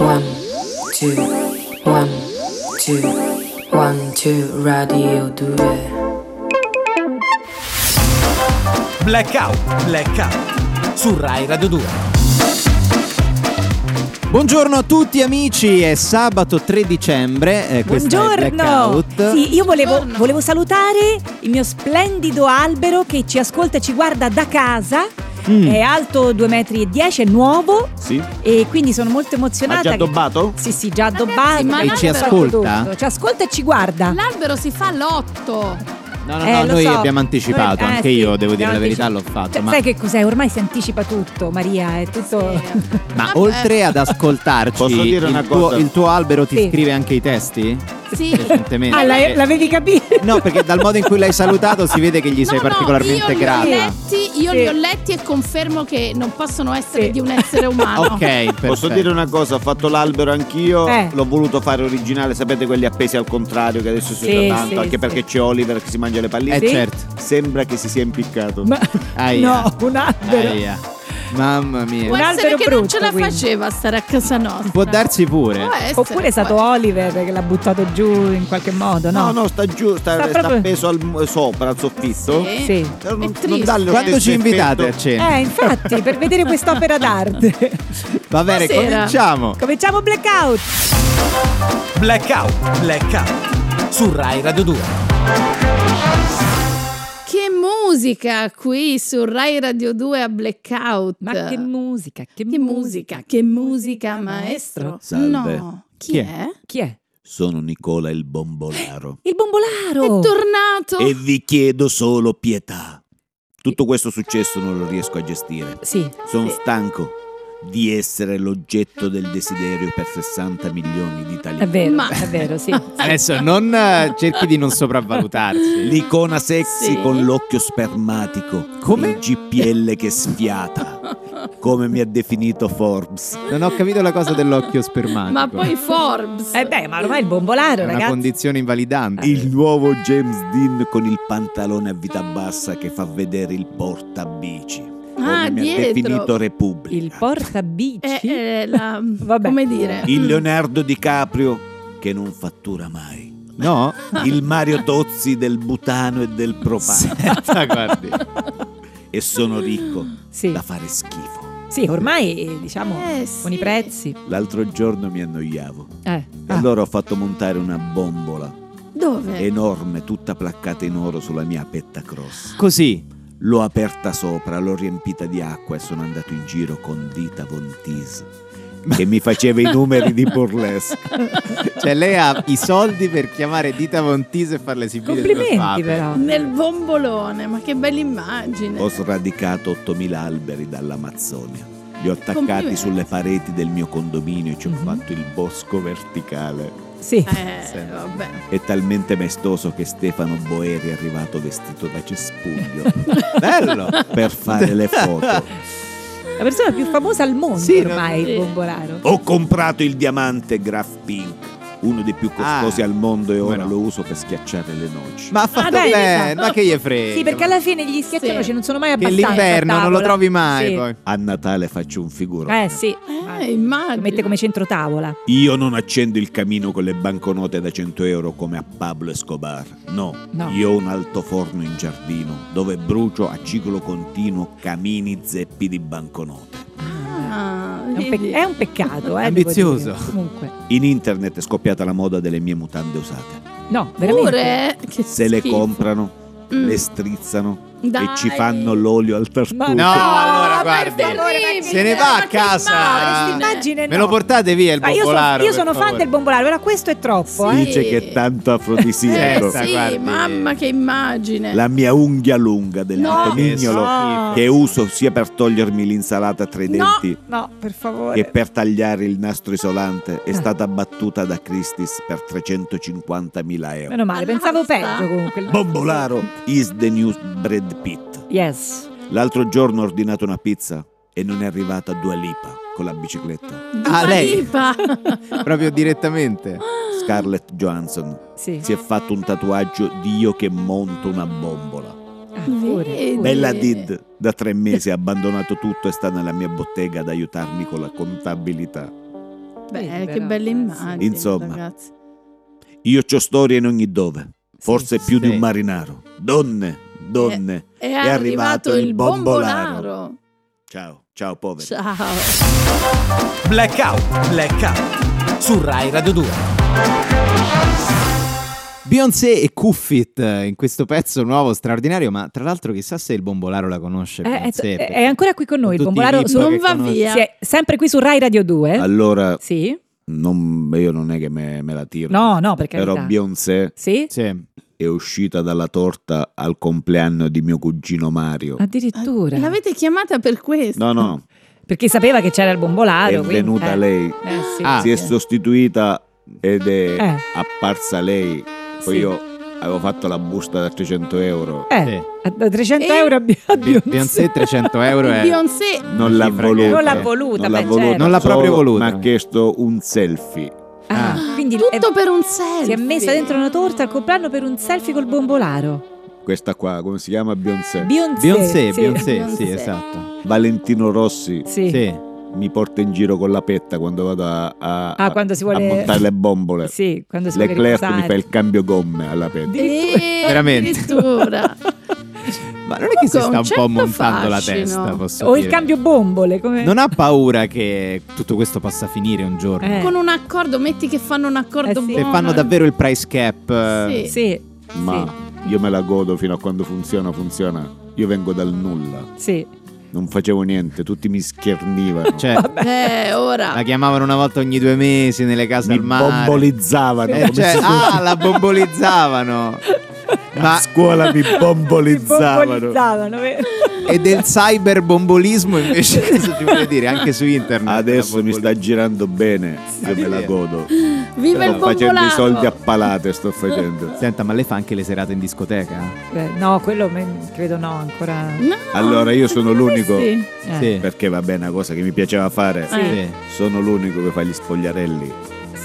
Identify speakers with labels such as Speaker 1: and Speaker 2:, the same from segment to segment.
Speaker 1: One, two, one, two, one, two, radio 2.
Speaker 2: Blackout, blackout su Rai Radio 2. Buongiorno a tutti amici, è sabato 3 dicembre, eh, questo è
Speaker 3: Buongiorno!
Speaker 2: Blackout.
Speaker 3: Sì, io volevo, volevo salutare il mio splendido albero che ci ascolta e ci guarda da casa.
Speaker 2: Mm.
Speaker 3: È alto 2,10 metri, è nuovo
Speaker 4: Sì.
Speaker 3: e quindi sono molto emozionata.
Speaker 4: Ha già
Speaker 3: che-
Speaker 4: addobbato?
Speaker 3: Sì, sì, già
Speaker 5: Ragazzi,
Speaker 3: addobbato.
Speaker 5: ma
Speaker 2: E ci l'albero- ascolta?
Speaker 3: Tutto, Ci ascolta e ci guarda.
Speaker 5: L'albero si fa l'otto.
Speaker 2: No, no,
Speaker 3: Eh,
Speaker 2: no,
Speaker 3: lo
Speaker 2: noi
Speaker 3: so.
Speaker 2: abbiamo anticipato,
Speaker 3: Noi- eh,
Speaker 2: anche
Speaker 3: sì,
Speaker 2: io devo dire la
Speaker 3: abbiamo
Speaker 2: verità, l'ho
Speaker 3: anticipato.
Speaker 2: fatto.
Speaker 3: Cioè,
Speaker 2: ma
Speaker 3: Sai che cos'è? Ormai si anticipa tutto, Maria, è tutto...
Speaker 2: ma
Speaker 5: Vabbè.
Speaker 2: oltre ad ascoltarci,
Speaker 4: Posso dire una
Speaker 2: il, tuo,
Speaker 4: cosa?
Speaker 2: il tuo albero ti
Speaker 3: eh. Sì.
Speaker 2: scrive anche i testi?
Speaker 5: Sì.
Speaker 2: Recentemente.
Speaker 3: Ah, la-
Speaker 2: Perché-
Speaker 3: l'avevi capito?
Speaker 2: No, perché dal modo in cui l'hai salutato si vede che gli sei
Speaker 5: No, no,
Speaker 2: particolarmente
Speaker 5: io
Speaker 2: grata.
Speaker 5: Li ho letti, io
Speaker 3: Sì.
Speaker 5: li ho letti e confermo che non possono essere
Speaker 3: Sì.
Speaker 5: di un essere umano.
Speaker 2: Ok, perfetto.
Speaker 4: Posso dire una cosa, ho fatto l'albero anch'io,
Speaker 3: Eh.
Speaker 4: l'ho voluto fare originale, sapete quelli appesi al contrario che adesso si
Speaker 3: Sì,
Speaker 4: usa tanto,
Speaker 3: sì,
Speaker 4: anche
Speaker 3: sì.
Speaker 4: perché c'è Oliver che si mangia le palline.
Speaker 2: Eh
Speaker 3: Sì.
Speaker 2: certo.
Speaker 4: Sembra che si sia impiccato.
Speaker 3: Ma-
Speaker 2: Aia.
Speaker 3: No, un albero.
Speaker 2: Aia. Mamma mia.
Speaker 5: Può
Speaker 3: Un
Speaker 5: essere
Speaker 3: albero
Speaker 5: che non ce
Speaker 3: brutto,
Speaker 5: la
Speaker 3: quindi.
Speaker 5: faceva a stare a casa nostra.
Speaker 2: Può Eh. darsi pure.
Speaker 5: Può essere,
Speaker 3: Oppure è stato
Speaker 5: può-
Speaker 3: Oliver che l'ha buttato giù in qualche modo,
Speaker 4: No,
Speaker 3: no?
Speaker 4: no, sta giù, sta,
Speaker 3: Sta
Speaker 4: sta
Speaker 3: proprio-
Speaker 4: appeso al- sopra, al soffitto.
Speaker 5: Sì.
Speaker 3: Sì.
Speaker 4: Però
Speaker 5: È
Speaker 4: non,
Speaker 5: triste.
Speaker 4: non dà lo
Speaker 2: Quando
Speaker 4: stesso
Speaker 2: ci invitate a
Speaker 4: effetto.
Speaker 2: cena?
Speaker 3: Eh, infatti, per vedere quest'opera d'arte.
Speaker 2: Va bene,
Speaker 5: Buonasera.
Speaker 2: cominciamo.
Speaker 3: Cominciamo Blackout.
Speaker 2: Blackout, blackout su Rai Radio 2.
Speaker 5: Che musica qui su Rai Radio 2 a Blackout.
Speaker 3: Ma che musica, che,
Speaker 5: Cioè, Che musica, che musica, maestro.
Speaker 4: Salve.
Speaker 5: No, chi,
Speaker 2: Chi è?
Speaker 5: è?
Speaker 3: Chi è?
Speaker 4: Sono Nicola il bombolaro
Speaker 3: Il
Speaker 5: È
Speaker 3: bombolaro.
Speaker 5: tornato.
Speaker 3: Eh.
Speaker 4: e vi chiedo solo pietà. Tutto questo successo non lo riesco a gestire.
Speaker 3: Sì.
Speaker 4: Sono stanco di essere l'oggetto del desiderio per 60 milioni di
Speaker 3: È
Speaker 4: italiani.
Speaker 3: vero,
Speaker 5: Ma-
Speaker 3: è vero, sì.
Speaker 2: Adesso non eh, cerchi di non sopravvalutarsi.
Speaker 4: L'icona sexy
Speaker 5: Sì.
Speaker 4: con l'occhio spermatico,
Speaker 2: Come?
Speaker 4: il GPL che sfiata, come mi ha definito Forbes.
Speaker 2: Non ho capito la cosa dell'occhio spermatico.
Speaker 5: Ma poi Forbes.
Speaker 3: Eh beh, ma ormai il bombolaro,
Speaker 2: è una
Speaker 3: ragazzi.
Speaker 2: condizione invalidante.
Speaker 4: Il nuovo James Dean con il pantalone a vita bassa che fa vedere il portabici. Come
Speaker 5: Ah,
Speaker 4: mi ha
Speaker 5: dietro.
Speaker 4: definito Repubblica.
Speaker 3: Il portabici.
Speaker 5: È, è Eh, la,
Speaker 3: Vabbè.
Speaker 5: Come dire?
Speaker 4: Il Leonardo DiCaprio che non fattura mai.
Speaker 2: No?
Speaker 4: Il Mario Tozzi del butano e del propano.
Speaker 2: Senta, Eh, guardi.
Speaker 4: E
Speaker 2: Ah,
Speaker 4: sono ricco
Speaker 3: Sì.
Speaker 4: da fare schifo.
Speaker 3: Sì, ormai eh, diciamo
Speaker 5: Eh,
Speaker 3: con
Speaker 5: sì.
Speaker 3: i prezzi.
Speaker 4: L'altro giorno mi annoiavo.
Speaker 3: Eh.
Speaker 4: E
Speaker 2: Ah.
Speaker 4: allora ho fatto montare una bombola
Speaker 2: Eh.
Speaker 5: Dove?
Speaker 4: enorme, tutta placcata in oro sulla mia petta cross.
Speaker 2: Così.
Speaker 4: L'ho aperta sopra, l'ho riempita di acqua e sono andato in giro con Dita Von Teese, che mi faceva i numeri di burlesque.
Speaker 2: Cioè lei ha i soldi per chiamare Dita Montise e farle esibire sulla
Speaker 3: Complimenti
Speaker 2: fabbrica.
Speaker 3: però.
Speaker 5: Nel bombolone, ma che bella immagine.
Speaker 4: Ho sradicato 8.000 alberi dall'Amazzonia. Li ho attaccati
Speaker 5: Complimenti.
Speaker 4: sulle pareti del mio condominio e ci ho
Speaker 3: Mhm.
Speaker 4: fatto il bosco verticale.
Speaker 3: Sì.
Speaker 5: Eh,
Speaker 4: Sì.
Speaker 5: vabbè.
Speaker 4: È talmente maestoso che Stefano Boeri è arrivato vestito da cespuglio
Speaker 2: Bello.
Speaker 4: per fare le foto.
Speaker 3: La persona più famosa al mondo
Speaker 2: Sì, no?
Speaker 3: ormai,
Speaker 5: Sì.
Speaker 3: il bombolaro.
Speaker 4: Ho comprato il diamante Graf Pink, uno dei più costosi
Speaker 2: Ah,
Speaker 4: al mondo e
Speaker 2: come
Speaker 4: ora
Speaker 2: no.
Speaker 4: lo uso per schiacciare le noci.
Speaker 2: Ma ha fatto
Speaker 3: Ah, dai,
Speaker 2: bene,
Speaker 3: esatto.
Speaker 2: ma che gli frega.
Speaker 3: Sì, perché alla fine gli schiaccianoci
Speaker 5: Sì.
Speaker 3: non sono mai
Speaker 2: Che
Speaker 3: abbastanza. a
Speaker 2: l'inverno non lo
Speaker 3: tavola.
Speaker 2: trovi mai
Speaker 3: Sì.
Speaker 2: poi.
Speaker 4: A Natale faccio un figuro.
Speaker 3: Eh sì,
Speaker 5: Eh,
Speaker 3: lo
Speaker 5: immagino.
Speaker 3: mette come centro tavola.
Speaker 4: Io non accendo il camino con le banconote da 100 euro come a Pablo Escobar. No,
Speaker 3: No.
Speaker 4: io ho un altoforno in giardino dove brucio a ciclo continuo camini zeppi di banconote.
Speaker 5: Ah,
Speaker 3: È un, pe-
Speaker 5: vedi?
Speaker 3: è un peccato, eh,
Speaker 2: Ambizioso.
Speaker 3: devo dire. Comunque,
Speaker 4: In internet è scoppiata la moda delle mie mutande usate.
Speaker 3: no, veramente.
Speaker 5: Pure che
Speaker 4: Se le
Speaker 5: schifo.
Speaker 4: comprano,
Speaker 5: Mm.
Speaker 4: le strizzano
Speaker 5: Dai.
Speaker 4: e ci fanno l'olio al tartufo.
Speaker 2: No, Oh, allora
Speaker 5: Ah, ma
Speaker 2: guardi.
Speaker 5: è terribile,
Speaker 2: Se ne va
Speaker 5: ma
Speaker 2: a
Speaker 5: che
Speaker 2: casa.
Speaker 5: immagine.
Speaker 3: Immagine
Speaker 2: Me lo
Speaker 3: Eh, no.
Speaker 2: portate via il
Speaker 3: Ma io sono,
Speaker 2: popolare.
Speaker 3: io sono fan del bombolaro, allora questo è troppo,
Speaker 5: Sì.
Speaker 3: eh.
Speaker 4: Dice che è tanto afrodisiaco.
Speaker 5: Eh,
Speaker 2: Senta,
Speaker 5: sì,
Speaker 2: certo, guardi.
Speaker 5: mamma che immagine.
Speaker 4: La mia unghia lunga del
Speaker 5: No.
Speaker 4: mignolo
Speaker 3: No.
Speaker 4: che uso sia per togliermi l'insalata tra i
Speaker 5: No.
Speaker 4: denti
Speaker 3: No, per favore.
Speaker 4: che per tagliare il nastro isolante è stata battuta da Christie's per 350.000 euro.
Speaker 3: Meno male, pensavo
Speaker 5: Basta.
Speaker 3: peggio comunque.
Speaker 4: Bombolaro is the new Brad Pitt.
Speaker 3: Yes.
Speaker 4: L'altro giorno ho ordinato una pizza e non è arrivata Dua Lipa con la bicicletta.
Speaker 5: Dua
Speaker 2: Ah, lei.
Speaker 5: Lipa.
Speaker 2: Proprio direttamente.
Speaker 4: Scarlett Johansson
Speaker 3: Sì.
Speaker 4: si è fatto un tatuaggio di io che monto una bombola.
Speaker 3: Ah, pure,
Speaker 5: Vedi?
Speaker 3: pure.
Speaker 4: Bella
Speaker 5: Sì.
Speaker 4: Did, da tre mesi ha abbandonato tutto e sta nella mia bottega ad aiutarmi con la contabilità.
Speaker 5: Beh,
Speaker 3: Libera,
Speaker 5: che belle
Speaker 3: eh, sì.
Speaker 5: immagini,
Speaker 4: Insomma.
Speaker 5: ragazzi.
Speaker 4: Io c'ho storie in ogni dove, forse
Speaker 2: Sì.
Speaker 4: più di
Speaker 2: Sì.
Speaker 4: un marinaro. Donne, donne.
Speaker 3: Eh.
Speaker 5: È,
Speaker 4: arrivato
Speaker 5: arrivato
Speaker 4: il
Speaker 5: il bombolaro.
Speaker 4: Ciao, ciao poveri.
Speaker 5: Ciao.
Speaker 6: Blackout, blackout su Rai Radio 2.
Speaker 2: Beyoncé e Cuffit eh, in questo pezzo nuovo straordinario, ma tra l'altro chissà se il bombolaro la conosce.
Speaker 3: Eh,
Speaker 2: Beyoncé,
Speaker 3: è-
Speaker 2: perché
Speaker 3: è ancora qui con noi, il
Speaker 2: tutti i
Speaker 3: bombolaro
Speaker 2: VIP
Speaker 3: su-
Speaker 5: non
Speaker 2: che
Speaker 5: va
Speaker 2: conosce-
Speaker 5: via.
Speaker 3: Sì, è sempre qui su Rai Radio 2.
Speaker 4: Allora,
Speaker 3: Sì?
Speaker 4: non, io non è che me, me la tiro,
Speaker 3: No, no, perché
Speaker 4: però Beyoncé
Speaker 3: Sì?
Speaker 2: Sì.
Speaker 4: è uscita dalla torta al compleanno di mio cugino
Speaker 3: Ah,
Speaker 4: Mario.
Speaker 3: Addirittura.
Speaker 5: Eh, L'avete chiamata per questo?
Speaker 4: No, no,
Speaker 3: Perché sapeva che c'era il bombolaro.
Speaker 4: è
Speaker 3: quindi-
Speaker 4: venuta
Speaker 3: eh.
Speaker 4: lei,
Speaker 3: Eh, sì,
Speaker 2: Ah.
Speaker 4: si
Speaker 3: sì.
Speaker 4: è sostituita ed è
Speaker 3: Eh.
Speaker 4: apparsa lei. Poi
Speaker 3: Sì.
Speaker 4: io avevo fatto la busta da 300 euro,
Speaker 3: Eh,
Speaker 2: Sì.
Speaker 3: a- da 300
Speaker 5: E-
Speaker 3: euro a Bi- a
Speaker 2: Be-
Speaker 3: Beyoncé.
Speaker 2: Beyoncé 300 euro è...
Speaker 5: Beyoncé
Speaker 4: non l'ha
Speaker 2: cifra che-
Speaker 4: voluta.
Speaker 3: Non l'ha voluta,
Speaker 4: non l'ha,
Speaker 3: beh,
Speaker 4: voluta,
Speaker 3: certo.
Speaker 2: Non l'ha proprio
Speaker 4: solo-
Speaker 2: voluta.
Speaker 4: Ma ha chiesto un selfie.
Speaker 3: Ah, quindi
Speaker 5: tutto
Speaker 3: è-
Speaker 5: per un selfie.
Speaker 3: si è messa dentro una torta al compleanno per un selfie col bombolaro.
Speaker 4: Questa qua, come si chiama? Beyoncé.
Speaker 3: Beyoncé.
Speaker 2: Beyoncé,
Speaker 3: sì.
Speaker 2: Beyoncé, sì,
Speaker 5: Beyoncé.
Speaker 2: esatto.
Speaker 4: Valentino Rossi
Speaker 3: Sì.
Speaker 2: Sì.
Speaker 4: mi porta in giro con la petta quando vado a, a-
Speaker 3: Ah, quando si
Speaker 4: a
Speaker 3: vuole...
Speaker 4: montare le bombole.
Speaker 3: Sì, quando si vuole
Speaker 4: L'Eclerc mi
Speaker 3: riposare.
Speaker 4: fa il cambio gomme alla petta.
Speaker 5: Eh,
Speaker 2: Veramente.
Speaker 5: addirittura.
Speaker 2: Ma non è che si
Speaker 5: Comunque,
Speaker 2: sta un
Speaker 5: un
Speaker 2: po'
Speaker 5: certo
Speaker 2: montando la
Speaker 5: fascino.
Speaker 2: testa, posso
Speaker 3: O il
Speaker 2: dire.
Speaker 3: cambio bombole, come...
Speaker 2: Non ha paura che tutto questo possa finire un giorno.
Speaker 3: Eh.
Speaker 5: Con un accordo, metti che fanno un accordo
Speaker 3: Eh sì.
Speaker 2: Se
Speaker 5: buono.
Speaker 2: fanno davvero il price cap, eh,
Speaker 5: Sì.
Speaker 3: Sì,
Speaker 4: Ma io me la godo fino a quando funziona, funziona. Io vengo dal nulla,
Speaker 3: sì.
Speaker 4: non facevo niente, tutti mi schernivano.
Speaker 2: cioè,
Speaker 5: Eh, ora.
Speaker 2: la chiamavano una volta ogni due mesi nelle case
Speaker 4: mi
Speaker 2: al mare.
Speaker 4: bombolizzavano.
Speaker 2: Eh,
Speaker 4: come
Speaker 2: cioè,
Speaker 4: si-
Speaker 2: ah, la bombolizzavano.
Speaker 4: A
Speaker 2: Ma
Speaker 4: scuola mi bombolizzavano.
Speaker 3: Bombolizzavano, vero?
Speaker 2: e del cyber bombolismo invece adesso ci vuole dire anche su internet.
Speaker 4: Adesso
Speaker 2: la
Speaker 4: mi sta
Speaker 2: bomboliz-
Speaker 4: girando bene, io me la
Speaker 2: Sì.
Speaker 4: godo.
Speaker 5: Viva il
Speaker 4: Sto facendo i
Speaker 5: bombolaro.
Speaker 4: soldi a palate, sto facendo.
Speaker 2: Senta, ma lei fa anche le serate in discoteca?
Speaker 3: Eh, no, quello me- credo no ancora.
Speaker 5: No,
Speaker 4: Allora, io sono
Speaker 5: secondo me
Speaker 4: l'unico.
Speaker 5: sì.
Speaker 3: Eh,
Speaker 4: Perché va bene, una cosa che mi piaceva fare.
Speaker 5: Eh.
Speaker 2: Sì.
Speaker 4: Sono l'unico che fa gli spogliarelli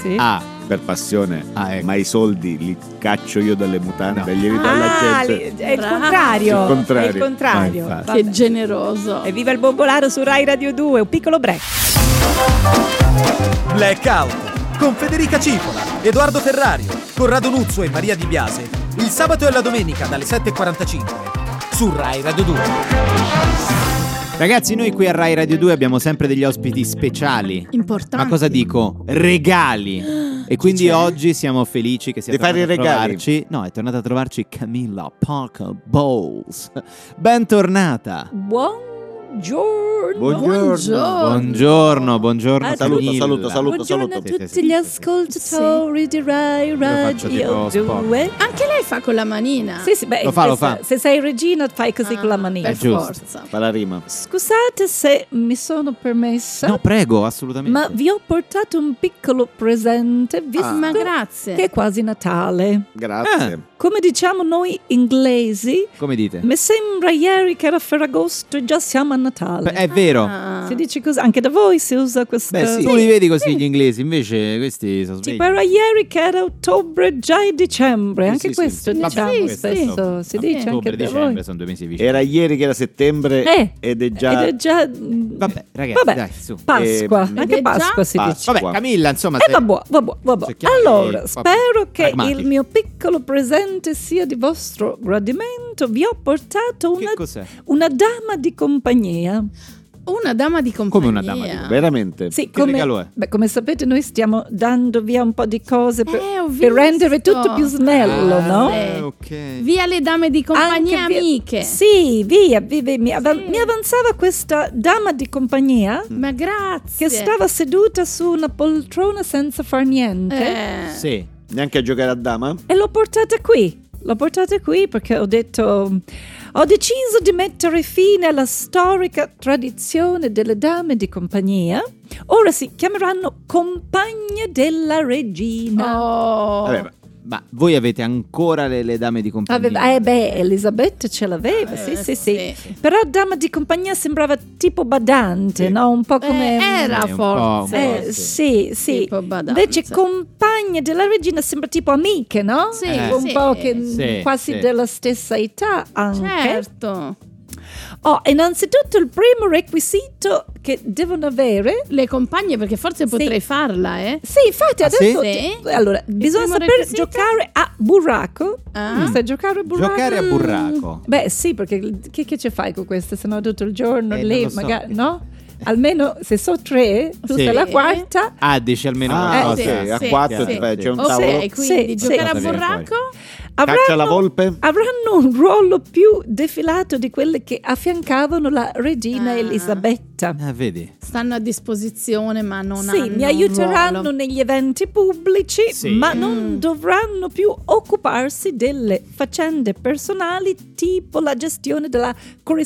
Speaker 3: sì.
Speaker 2: Ah,
Speaker 4: per passione,
Speaker 2: Ah, ecco.
Speaker 4: ma i soldi li caccio io dalle mutande,
Speaker 2: No.
Speaker 4: gli evito alla
Speaker 3: Ah,
Speaker 4: gente.
Speaker 3: li- è il
Speaker 5: Bravo.
Speaker 3: contrario.
Speaker 4: Il contrario.
Speaker 3: È il contrario.
Speaker 2: Ah, infatti.
Speaker 3: Vabbè.
Speaker 5: Che generoso.
Speaker 3: E viva il bombolaro su Rai Radio 2, un piccolo break.
Speaker 6: Blackout con Federica Cipola, Edoardo Ferrario, Corrado Nuzzo e Maria Di Biase. Il sabato e la domenica dalle 7.45 su Rai Radio 2.
Speaker 2: ragazzi, noi qui a Rai Radio 2 abbiamo sempre degli ospiti speciali.
Speaker 5: Importante.
Speaker 2: Ma cosa dico? Regali! E quindi oggi siamo felici che sia
Speaker 4: Di fare
Speaker 2: tornata
Speaker 4: i
Speaker 2: a
Speaker 4: regali.
Speaker 2: trovarci. No, è tornata a trovarci Camilla Parker Bowles. Bentornata!
Speaker 3: Buongiorno.
Speaker 4: Buongiorno.
Speaker 2: Buongiorno, buongiorno.
Speaker 3: Ah,
Speaker 4: Saluto,
Speaker 2: Camilla.
Speaker 4: saluto, saluto,
Speaker 3: Buongiorno a
Speaker 4: saluto.
Speaker 2: Sì,
Speaker 3: tutti
Speaker 2: sì, sì,
Speaker 3: gli
Speaker 2: sì,
Speaker 3: ascoltatori di Rai
Speaker 2: faccio tipo
Speaker 3: Radio
Speaker 2: Spock.
Speaker 3: 2.
Speaker 5: Anche lei fa con la manina.
Speaker 3: Ah.
Speaker 5: Ah,
Speaker 3: Sì, sì, beh,
Speaker 2: Lo fa, lo
Speaker 3: questa-
Speaker 2: fa.
Speaker 3: Se sei regina fai così con la manina.
Speaker 5: Per
Speaker 2: È giusto.
Speaker 5: forza.
Speaker 4: Fa la rima.
Speaker 3: Ah. Scusate se mi sono permessa,
Speaker 2: No, prego, assolutamente.
Speaker 3: ma vi ho portato un piccolo presente, visto
Speaker 5: Ma
Speaker 2: Ah.
Speaker 3: che
Speaker 5: grazie.
Speaker 3: è quasi Natale.
Speaker 4: Grazie.
Speaker 3: Come diciamo noi inglesi,
Speaker 2: Come dite?
Speaker 3: mi sembra ieri che era Ferragosto e già siamo a Natale.
Speaker 2: Beh, È vero.
Speaker 5: Ah.
Speaker 3: Si dice così, anche da voi si usa questo.
Speaker 2: Beh, sì. Tu li vedi così gli inglesi, invece questi sono svegli.
Speaker 3: Tipo era ieri che era ottobre, già è dicembre,
Speaker 2: Sì,
Speaker 3: anche
Speaker 2: sì, sì,
Speaker 3: questo
Speaker 2: sì.
Speaker 3: diciamo
Speaker 2: Vabbè, questo è
Speaker 3: spesso,
Speaker 2: ottobre.
Speaker 3: si dice anche
Speaker 2: Ottobre,
Speaker 3: da
Speaker 2: dicembre,
Speaker 3: voi.
Speaker 2: sono due mesi vicini.
Speaker 4: Era ieri che era settembre
Speaker 3: Eh,
Speaker 4: ed è già
Speaker 3: Ed è già... Vabbè,
Speaker 2: Vabbè, ragazzi,
Speaker 3: Vabbè.
Speaker 2: dai, su.
Speaker 3: Pasqua,
Speaker 4: Ehm,
Speaker 3: anche
Speaker 5: ed è già
Speaker 3: Pasqua si dice.
Speaker 4: Pasqua.
Speaker 2: Vabbè, Camilla, insomma,
Speaker 3: E
Speaker 2: se-
Speaker 3: vabbè, vabbè, vabbè.
Speaker 2: Cerchiamo
Speaker 3: Allora,
Speaker 2: di-
Speaker 3: spero che
Speaker 2: pragmatici.
Speaker 3: il mio piccolo presente sia di vostro gradimento. Vi ho portato una,
Speaker 2: che cos'è?
Speaker 3: una dama di compagnia.
Speaker 5: Una dama di compagnia.
Speaker 2: Come una dama di
Speaker 4: veramente.
Speaker 3: Sì,
Speaker 2: Che regalo è?
Speaker 3: come, beh, come sapete noi stiamo dando via un po' di cose per,
Speaker 5: Eh, ho
Speaker 3: per
Speaker 5: visto.
Speaker 3: rendere tutto più snello,
Speaker 2: Ah,
Speaker 3: no? Eh,
Speaker 5: sì.
Speaker 2: ok.
Speaker 5: Via le dame di
Speaker 3: Anche
Speaker 5: compagnia
Speaker 3: via-
Speaker 5: amiche.
Speaker 3: Sì, via, via, via. Mi, av- mi avanzava questa dama di compagnia
Speaker 5: Ma
Speaker 3: che
Speaker 5: grazie.
Speaker 3: stava seduta su una poltrona senza far niente.
Speaker 5: Eh.
Speaker 2: Sì.
Speaker 4: Neanche a giocare a dama?
Speaker 3: E l'ho portata qui. L'ho portata qui perché ho detto. Ho deciso di mettere fine alla storica tradizione delle dame di compagnia. Ora si chiameranno compagne della regina.
Speaker 5: Oh.
Speaker 4: Vabbè, ma-
Speaker 2: Ma voi avete ancora le, le dame di compagnia?
Speaker 3: Aveva- eh beh, Elisabetta ce l'aveva,
Speaker 5: Eh,
Speaker 3: sì, sì, sì, Però dama di compagnia sembrava tipo badante,
Speaker 2: Sì.
Speaker 3: no? Un po'
Speaker 5: Eh,
Speaker 3: come...
Speaker 5: era
Speaker 2: Eh, un po',
Speaker 5: forza.
Speaker 2: un
Speaker 3: Eh, sì, sì.
Speaker 5: Tipo badante.
Speaker 3: Invece compagne della regina sembra tipo amiche, no?
Speaker 5: Sì,
Speaker 2: Eh,
Speaker 3: un
Speaker 5: sì.
Speaker 3: po' che
Speaker 2: Sì,
Speaker 3: quasi
Speaker 2: sì.
Speaker 3: della stessa età anche.
Speaker 5: Certo.
Speaker 3: Ho innanzitutto il primo requisito che devono avere
Speaker 5: Le compagne, perché forse
Speaker 3: Sì.
Speaker 5: potrei farla, eh?
Speaker 3: Sì, infatti
Speaker 2: Ah,
Speaker 3: adesso
Speaker 5: sì?
Speaker 3: ti- allora, bisogna
Speaker 5: primo
Speaker 3: saper
Speaker 5: requisito?
Speaker 3: giocare a burraco. Mm.
Speaker 5: Ah.
Speaker 3: Sai giocare a burraco?
Speaker 2: Giocare a
Speaker 3: Mm.
Speaker 2: burraco.
Speaker 3: Beh, sì, perché che, che ci fai con queste? Se no tutto il giorno
Speaker 2: Eh, non
Speaker 3: lei
Speaker 2: lo so.
Speaker 3: magari no? Almeno se so tre, tu
Speaker 2: Sì.
Speaker 3: sei la
Speaker 5: Sì.
Speaker 3: quarta.
Speaker 2: Ah, dici almeno
Speaker 3: Eh,
Speaker 2: una
Speaker 5: Ah,
Speaker 2: cosa.
Speaker 5: sì,
Speaker 7: a
Speaker 5: sì,
Speaker 7: quattro
Speaker 5: sì.
Speaker 7: ti fai- c'è un
Speaker 5: O
Speaker 7: tavolo.
Speaker 5: sei, quindi
Speaker 3: Sì,
Speaker 5: giocare
Speaker 2: sì.
Speaker 5: a burraco?
Speaker 7: Caccia alla
Speaker 3: Avranno,
Speaker 7: volpe?
Speaker 3: avranno un ruolo più defilato di quelle che affiancavano la regina
Speaker 5: Ah.
Speaker 3: Elisabetta.
Speaker 2: Ah, vedi.
Speaker 5: Stanno a disposizione, ma non hanno
Speaker 3: Sì, mi
Speaker 5: un
Speaker 3: aiuteranno
Speaker 5: ruolo. Mm.
Speaker 3: negli eventi pubblici,
Speaker 2: Sì.
Speaker 3: ma non dovranno più occuparsi delle faccende personali tipo la gestione della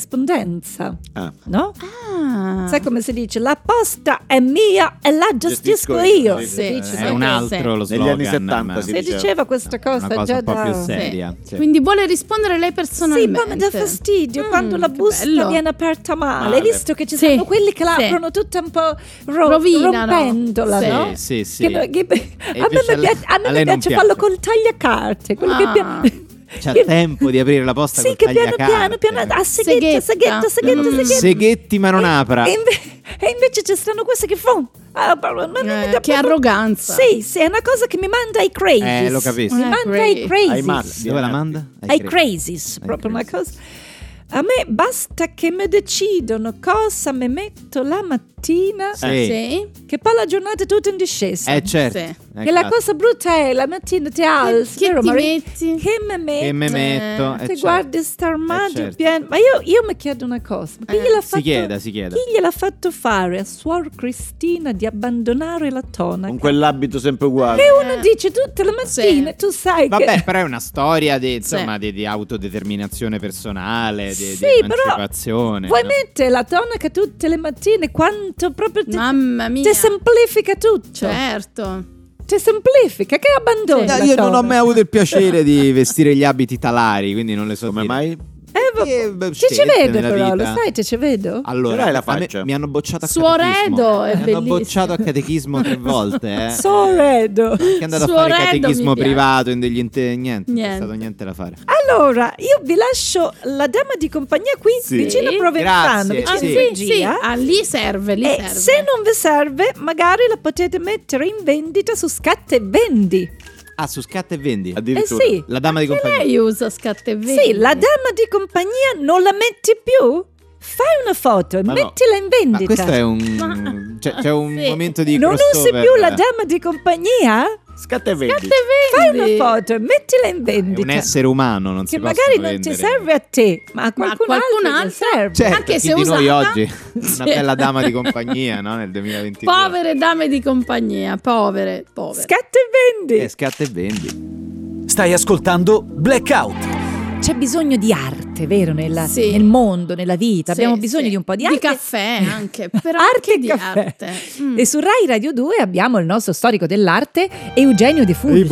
Speaker 3: corrispondenza.
Speaker 4: Ah.
Speaker 3: No?
Speaker 5: Ah.
Speaker 3: Sai come si dice? La posta è mia e la gestisco,
Speaker 7: Gestisco io,
Speaker 3: io.
Speaker 7: sì,
Speaker 5: sì,
Speaker 3: si
Speaker 5: sì,
Speaker 3: dice.
Speaker 5: sì.
Speaker 2: È un altro lo
Speaker 7: Negli
Speaker 2: slogan.
Speaker 7: anni 70
Speaker 2: ma-
Speaker 7: si
Speaker 3: Se
Speaker 7: dice.
Speaker 3: diceva questa cosa,
Speaker 2: certo. Ah, una cosa
Speaker 3: già
Speaker 2: un po'
Speaker 3: da...
Speaker 2: più seria.
Speaker 5: Sì. Quindi vuole rispondere lei
Speaker 3: Sì, ma mi
Speaker 5: personalmente.
Speaker 3: dà fastidio
Speaker 5: Mm,
Speaker 3: quando la
Speaker 5: che
Speaker 3: busta
Speaker 5: bello.
Speaker 3: viene aperta male.
Speaker 7: Male.
Speaker 3: Hai visto che ci
Speaker 5: Sì,
Speaker 3: sono quelli che la
Speaker 5: sì.
Speaker 3: aprono tutta un po' ro-
Speaker 5: Rovinano.
Speaker 3: rompendola,
Speaker 5: Sì.
Speaker 3: no?
Speaker 2: Sì, sì, sì.
Speaker 3: Che- che- a me,
Speaker 2: invece a
Speaker 3: mi piace, a me
Speaker 2: lei non
Speaker 3: piace farlo
Speaker 2: piace.
Speaker 3: col tagliacarte. Quello che
Speaker 5: Ah.
Speaker 3: piano,
Speaker 2: C'ha
Speaker 3: che-
Speaker 2: tempo di aprire la posta
Speaker 3: sì,
Speaker 2: col
Speaker 3: che piano piano,
Speaker 2: tagliacarte. Eh.
Speaker 3: piano, Eh, a seghetta,
Speaker 5: Seghetta.
Speaker 3: seghetta, seghetta,
Speaker 5: Mm.
Speaker 3: seghetta.
Speaker 2: Seghetti ma non apra.
Speaker 3: E, inve- e invece ci stanno queste che fanno. Ah, ma- ma- ma-
Speaker 5: Eh,
Speaker 3: ma-
Speaker 5: che arroganza.
Speaker 3: Sì, sì, è una cosa che mi manda ai crazy.
Speaker 2: Eh, lo capisco.
Speaker 3: Mi
Speaker 5: Eh,
Speaker 3: manda
Speaker 5: crazy.
Speaker 3: ai crazy.
Speaker 7: Ai mazzi.
Speaker 2: Dove la manda?
Speaker 3: ai
Speaker 2: cre-
Speaker 3: crazies,
Speaker 2: Ai
Speaker 3: proprio una
Speaker 2: crazies.
Speaker 3: cosa. A me basta che mi decidono cosa mi metto la mattina,
Speaker 2: Sì.
Speaker 5: Sì.
Speaker 3: che poi la giornata è tutta in discesa.
Speaker 2: Eh, certo.
Speaker 5: Sì.
Speaker 2: Eh,
Speaker 3: che la
Speaker 2: cazzo.
Speaker 3: cosa brutta è la mattina ti alzi,
Speaker 5: che
Speaker 3: vero,
Speaker 5: ti
Speaker 3: Maria?
Speaker 5: metti?
Speaker 3: Che mi metto?
Speaker 2: Che me metto. eh,
Speaker 3: Che
Speaker 2: certo.
Speaker 3: guardi sta armadio
Speaker 2: certo.
Speaker 3: pieno. Ma io, io mi chiedo una cosa: ma chi,
Speaker 5: Eh.
Speaker 3: gliel'ha
Speaker 2: Si
Speaker 3: fatto,
Speaker 2: chieda, si chieda.
Speaker 3: chi gliel'ha fatto fare a Suor Cristina di abbandonare la tonaca?
Speaker 7: Con quell'abito sempre uguale.
Speaker 3: Che uno dice tutte le mattine,
Speaker 5: Sì.
Speaker 3: tu sai
Speaker 2: Vabbè,
Speaker 3: che.
Speaker 2: però è una storia di, insomma,
Speaker 5: Sì.
Speaker 2: di, di autodeterminazione personale, di, di
Speaker 3: Sì, però
Speaker 2: emancipazione.
Speaker 3: Vuoi
Speaker 2: no?
Speaker 3: mettere la tonaca tutte le mattine quanto proprio ti,
Speaker 5: Mamma mia.
Speaker 3: ti semplifica tutto.
Speaker 5: Certo.
Speaker 3: Ti semplifica, che abbandoni.
Speaker 5: Sì.
Speaker 3: la
Speaker 2: Dai, io non ho
Speaker 3: tonaca?
Speaker 2: mai avuto il piacere di vestire gli abiti talari, quindi non le so
Speaker 7: Come
Speaker 2: dire.
Speaker 7: mai?
Speaker 3: Eh, vabbè.
Speaker 2: Eh, beh,
Speaker 3: Ti ci
Speaker 2: scelte
Speaker 3: vedo
Speaker 2: nella
Speaker 3: però, lo
Speaker 2: vita. Ah,
Speaker 3: sai, ti ci vedo.
Speaker 2: Allora,
Speaker 7: Ce l'hai la
Speaker 2: a me-
Speaker 7: faccia?
Speaker 2: mi hanno bocciato a
Speaker 5: Suoredo,
Speaker 2: catechismo.
Speaker 5: è
Speaker 2: mi hanno
Speaker 5: bellissimo.
Speaker 2: bocciato a catechismo tre volte, eh.
Speaker 3: Soredo.
Speaker 2: che è andato a
Speaker 5: Suoredo
Speaker 2: fare catechismo
Speaker 5: mi piace.
Speaker 2: privato in degli inte- niente, non
Speaker 5: Niente.
Speaker 2: è stato niente da fare.
Speaker 3: Allora, io vi lascio la dama di compagnia qui
Speaker 7: Sì.
Speaker 3: vicino a Provenzano,
Speaker 2: Grazie,
Speaker 3: vicino
Speaker 5: Ah,
Speaker 2: sì.
Speaker 5: sì,
Speaker 3: a
Speaker 5: sì.
Speaker 3: Regia.
Speaker 5: Ah, lì serve, lì
Speaker 3: E
Speaker 5: serve.
Speaker 3: se non vi serve, magari la potete mettere in vendita su Scatta e Vendi.
Speaker 2: Ah, su scatta e vendi.
Speaker 3: Eh
Speaker 7: Addirittura.
Speaker 3: sì.
Speaker 2: La dama di compagnia.
Speaker 5: Lei usa scatte e vendi.
Speaker 3: Sì, la dama di compagnia non la metti più? Fai una foto e
Speaker 2: Ma no.
Speaker 3: mettila in vendita.
Speaker 2: Ma questo è un cioè, c'è un
Speaker 5: Sì.
Speaker 2: momento di
Speaker 3: non usi
Speaker 2: crossover.
Speaker 3: più la dama di compagnia?
Speaker 7: Scatta e vendi.
Speaker 5: Scatte e
Speaker 3: Fai
Speaker 5: vendi.
Speaker 3: una foto e mettila in
Speaker 2: È
Speaker 3: vendita.
Speaker 2: un essere umano, non
Speaker 3: che
Speaker 2: si possono
Speaker 3: magari non ti
Speaker 2: vendere.
Speaker 3: serve a te, ma a qualcun,
Speaker 5: qualcun
Speaker 3: altro,
Speaker 5: altro?
Speaker 3: gli serve.
Speaker 2: Certo,
Speaker 5: Anche
Speaker 2: chi
Speaker 5: se
Speaker 2: di noi
Speaker 5: usata-
Speaker 2: oggi
Speaker 5: Sì.
Speaker 2: una bella dama di compagnia, no, nel 2022.
Speaker 5: Povere dame di compagnia, povere, povere.
Speaker 3: Scatta e vendi.
Speaker 2: Eh, scatta e vendi.
Speaker 6: Stai ascoltando Blackout.
Speaker 3: C'è bisogno di arte, vero? Nella-
Speaker 5: Sì.
Speaker 3: Nel mondo, nella vita.
Speaker 5: Sì,
Speaker 3: Abbiamo bisogno
Speaker 5: sì.
Speaker 3: di un po' di arte.
Speaker 5: caffè anche, però
Speaker 3: Arte
Speaker 5: anche
Speaker 3: e
Speaker 5: di
Speaker 3: caffè.
Speaker 5: arte. Mm.
Speaker 3: E su Rai Radio 2 abbiamo il nostro storico dell'arte Eugenio De Fulgis.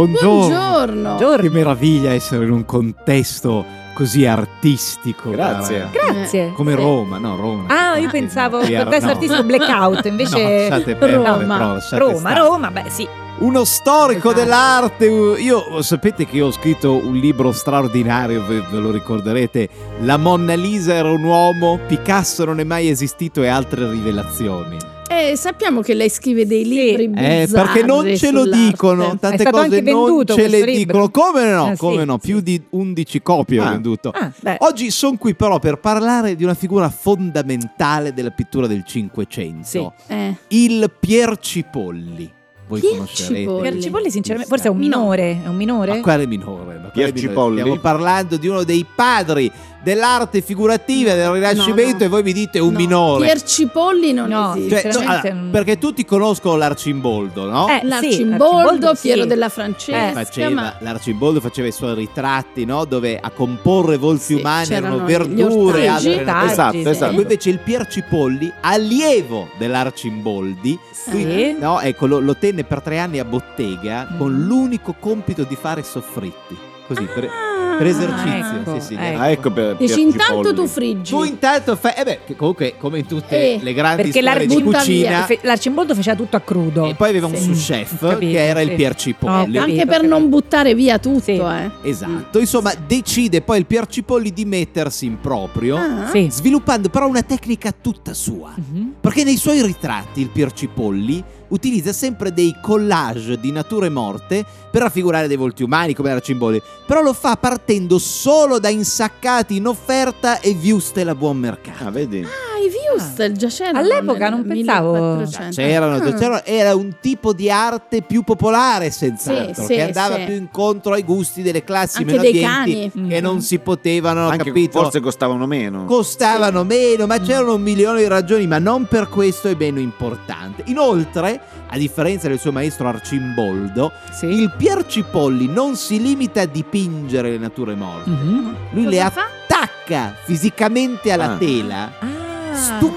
Speaker 5: Buongiorno.
Speaker 2: Che meraviglia essere in un contesto così artistico.
Speaker 7: Grazie.
Speaker 2: cara.
Speaker 3: Grazie.
Speaker 2: Come
Speaker 5: Sì.
Speaker 2: Roma, no, Roma.
Speaker 3: Ah, io pensavo
Speaker 2: Sì,
Speaker 3: contesto
Speaker 2: eh, no.
Speaker 3: artistico blackout, invece
Speaker 2: No, state bene,
Speaker 3: Roma.
Speaker 2: però, state
Speaker 3: Roma,
Speaker 2: stare.
Speaker 3: Roma, beh sì.
Speaker 2: Uno storico
Speaker 5: Esatto.
Speaker 2: dell'arte. Io sapete che ho scritto un libro straordinario, ve, ve lo ricorderete. La Monna Lisa era un uomo, Picasso non è mai esistito e altre rivelazioni.
Speaker 5: Eh, sappiamo che lei scrive dei libri
Speaker 2: Eh,
Speaker 5: bizzarri
Speaker 2: perché non ce lo
Speaker 5: sull'arte.
Speaker 2: dicono,
Speaker 3: È
Speaker 2: tante
Speaker 3: stato
Speaker 2: cose
Speaker 3: anche
Speaker 2: non
Speaker 3: venduto
Speaker 2: ce le
Speaker 3: questo libro.
Speaker 2: dicono. Come no?
Speaker 3: Ah, sì,
Speaker 2: come no?
Speaker 3: sì.
Speaker 2: Più di 11 copie ho
Speaker 7: Ah.
Speaker 2: venduto.
Speaker 3: Ah, beh.
Speaker 2: Oggi sono qui però per parlare di una figura fondamentale della pittura del Cinquecento,
Speaker 3: Sì.
Speaker 5: Eh,
Speaker 2: il Pier Cipolli. Voi
Speaker 5: Pier
Speaker 2: conoscerete.
Speaker 5: Cipolli.
Speaker 3: Per Cipolli sinceramente forse è un
Speaker 5: No.
Speaker 3: minore, è un minore.
Speaker 2: Ma quale minore? Ma quale
Speaker 7: Pier
Speaker 2: minore?
Speaker 7: Cipolli?
Speaker 2: Stiamo parlando di uno dei padri dell'arte figurativa del Rinascimento
Speaker 5: No, no.
Speaker 2: e voi mi dite un
Speaker 5: no.
Speaker 2: minore.
Speaker 5: Pier Cipolli non
Speaker 3: No,
Speaker 5: esiste.
Speaker 2: Cioè, no,
Speaker 3: sinceramente
Speaker 2: allora,
Speaker 3: non-
Speaker 2: perché tutti conoscono l'Arcimboldo, no?
Speaker 3: Eh, sì,
Speaker 5: L'Arcimboldo, Piero
Speaker 3: sì.
Speaker 5: della
Speaker 2: Che
Speaker 5: Francesca,
Speaker 2: Eh, faceva,
Speaker 5: ma
Speaker 2: L'Arcimboldo faceva i suoi ritratti, no? Dove a comporre volti
Speaker 5: Sì,
Speaker 2: umani
Speaker 5: c'erano
Speaker 2: erano
Speaker 5: gli
Speaker 2: verdure,
Speaker 5: ortaggi. Eh.
Speaker 2: altre
Speaker 3: Ortaggi,
Speaker 7: Esatto,
Speaker 3: sì.
Speaker 7: esatto.
Speaker 2: Poi invece il Pier Cipolli, allievo dell'Arcimboldi,
Speaker 3: Sì.
Speaker 5: Eh.
Speaker 2: qui, no, ecco, lo, lo tenne per tre anni a bottega con
Speaker 3: Mm.
Speaker 2: l'unico compito di fare soffritti. Così, per-
Speaker 5: Ah,
Speaker 2: per esercizio.
Speaker 8: ecco,
Speaker 2: sì, sì,
Speaker 8: ecco.
Speaker 4: Ah, ecco per, per
Speaker 5: Dici intanto
Speaker 4: Cipolli.
Speaker 5: tu friggi.
Speaker 2: Tu intanto fai, eh beh, che comunque come in tutte
Speaker 5: Eh,
Speaker 2: le grandi
Speaker 3: Perché
Speaker 2: storie di
Speaker 3: l'arcimboldo,
Speaker 2: cucina,
Speaker 3: fe- l'arcimboldo faceva tutto a crudo.
Speaker 2: e poi aveva un
Speaker 3: Sì.
Speaker 2: sous chef
Speaker 3: Capito,
Speaker 2: che era il
Speaker 3: sì.
Speaker 2: Pier Cipolli.
Speaker 3: Ah,
Speaker 5: Anche
Speaker 3: capito,
Speaker 5: per
Speaker 3: capito.
Speaker 5: non buttare via tutto,
Speaker 3: Sì.
Speaker 5: eh.
Speaker 2: Esatto, insomma decide poi il Pier Cipolli di mettersi in proprio,
Speaker 5: Ah.
Speaker 3: Sì.
Speaker 2: sviluppando però una tecnica tutta sua.
Speaker 3: Mhm.
Speaker 2: Perché nei suoi ritratti il Pier Cipolli utilizza sempre dei collage di nature morte per raffigurare dei volti umani come Arcimboldi, però lo fa partendo solo da insaccati in offerta e viuste la buon mercato.
Speaker 4: Ah, vedi?
Speaker 5: Ah, i views
Speaker 3: Ah.
Speaker 5: il giacente.
Speaker 3: All'epoca non pensavo-
Speaker 2: Cioè, c'erano,
Speaker 5: Mm.
Speaker 2: c'erano- era un tipo di arte più popolare, senz'altro,
Speaker 5: Sì,
Speaker 2: che
Speaker 5: sì,
Speaker 2: andava
Speaker 5: sì.
Speaker 2: più incontro ai gusti delle classi
Speaker 5: Anche
Speaker 2: meno
Speaker 5: dei
Speaker 2: abbienti
Speaker 5: cani.
Speaker 2: che
Speaker 3: Mhm.
Speaker 2: non si potevano,
Speaker 4: Anche
Speaker 2: capito?
Speaker 4: forse costavano meno.
Speaker 2: costavano meno, ma c'erano un milione di ragioni, ma non per questo è meno importante. Inoltre, a differenza del suo maestro Arcimboldo,
Speaker 3: Sì.
Speaker 2: il Pier Cipolli non si limita a dipingere le nature morte,
Speaker 3: Mhm.
Speaker 2: lui le
Speaker 5: Mm. Cosa fa?
Speaker 2: attacca fisicamente alla
Speaker 4: Ah.
Speaker 2: tela,
Speaker 3: Ah.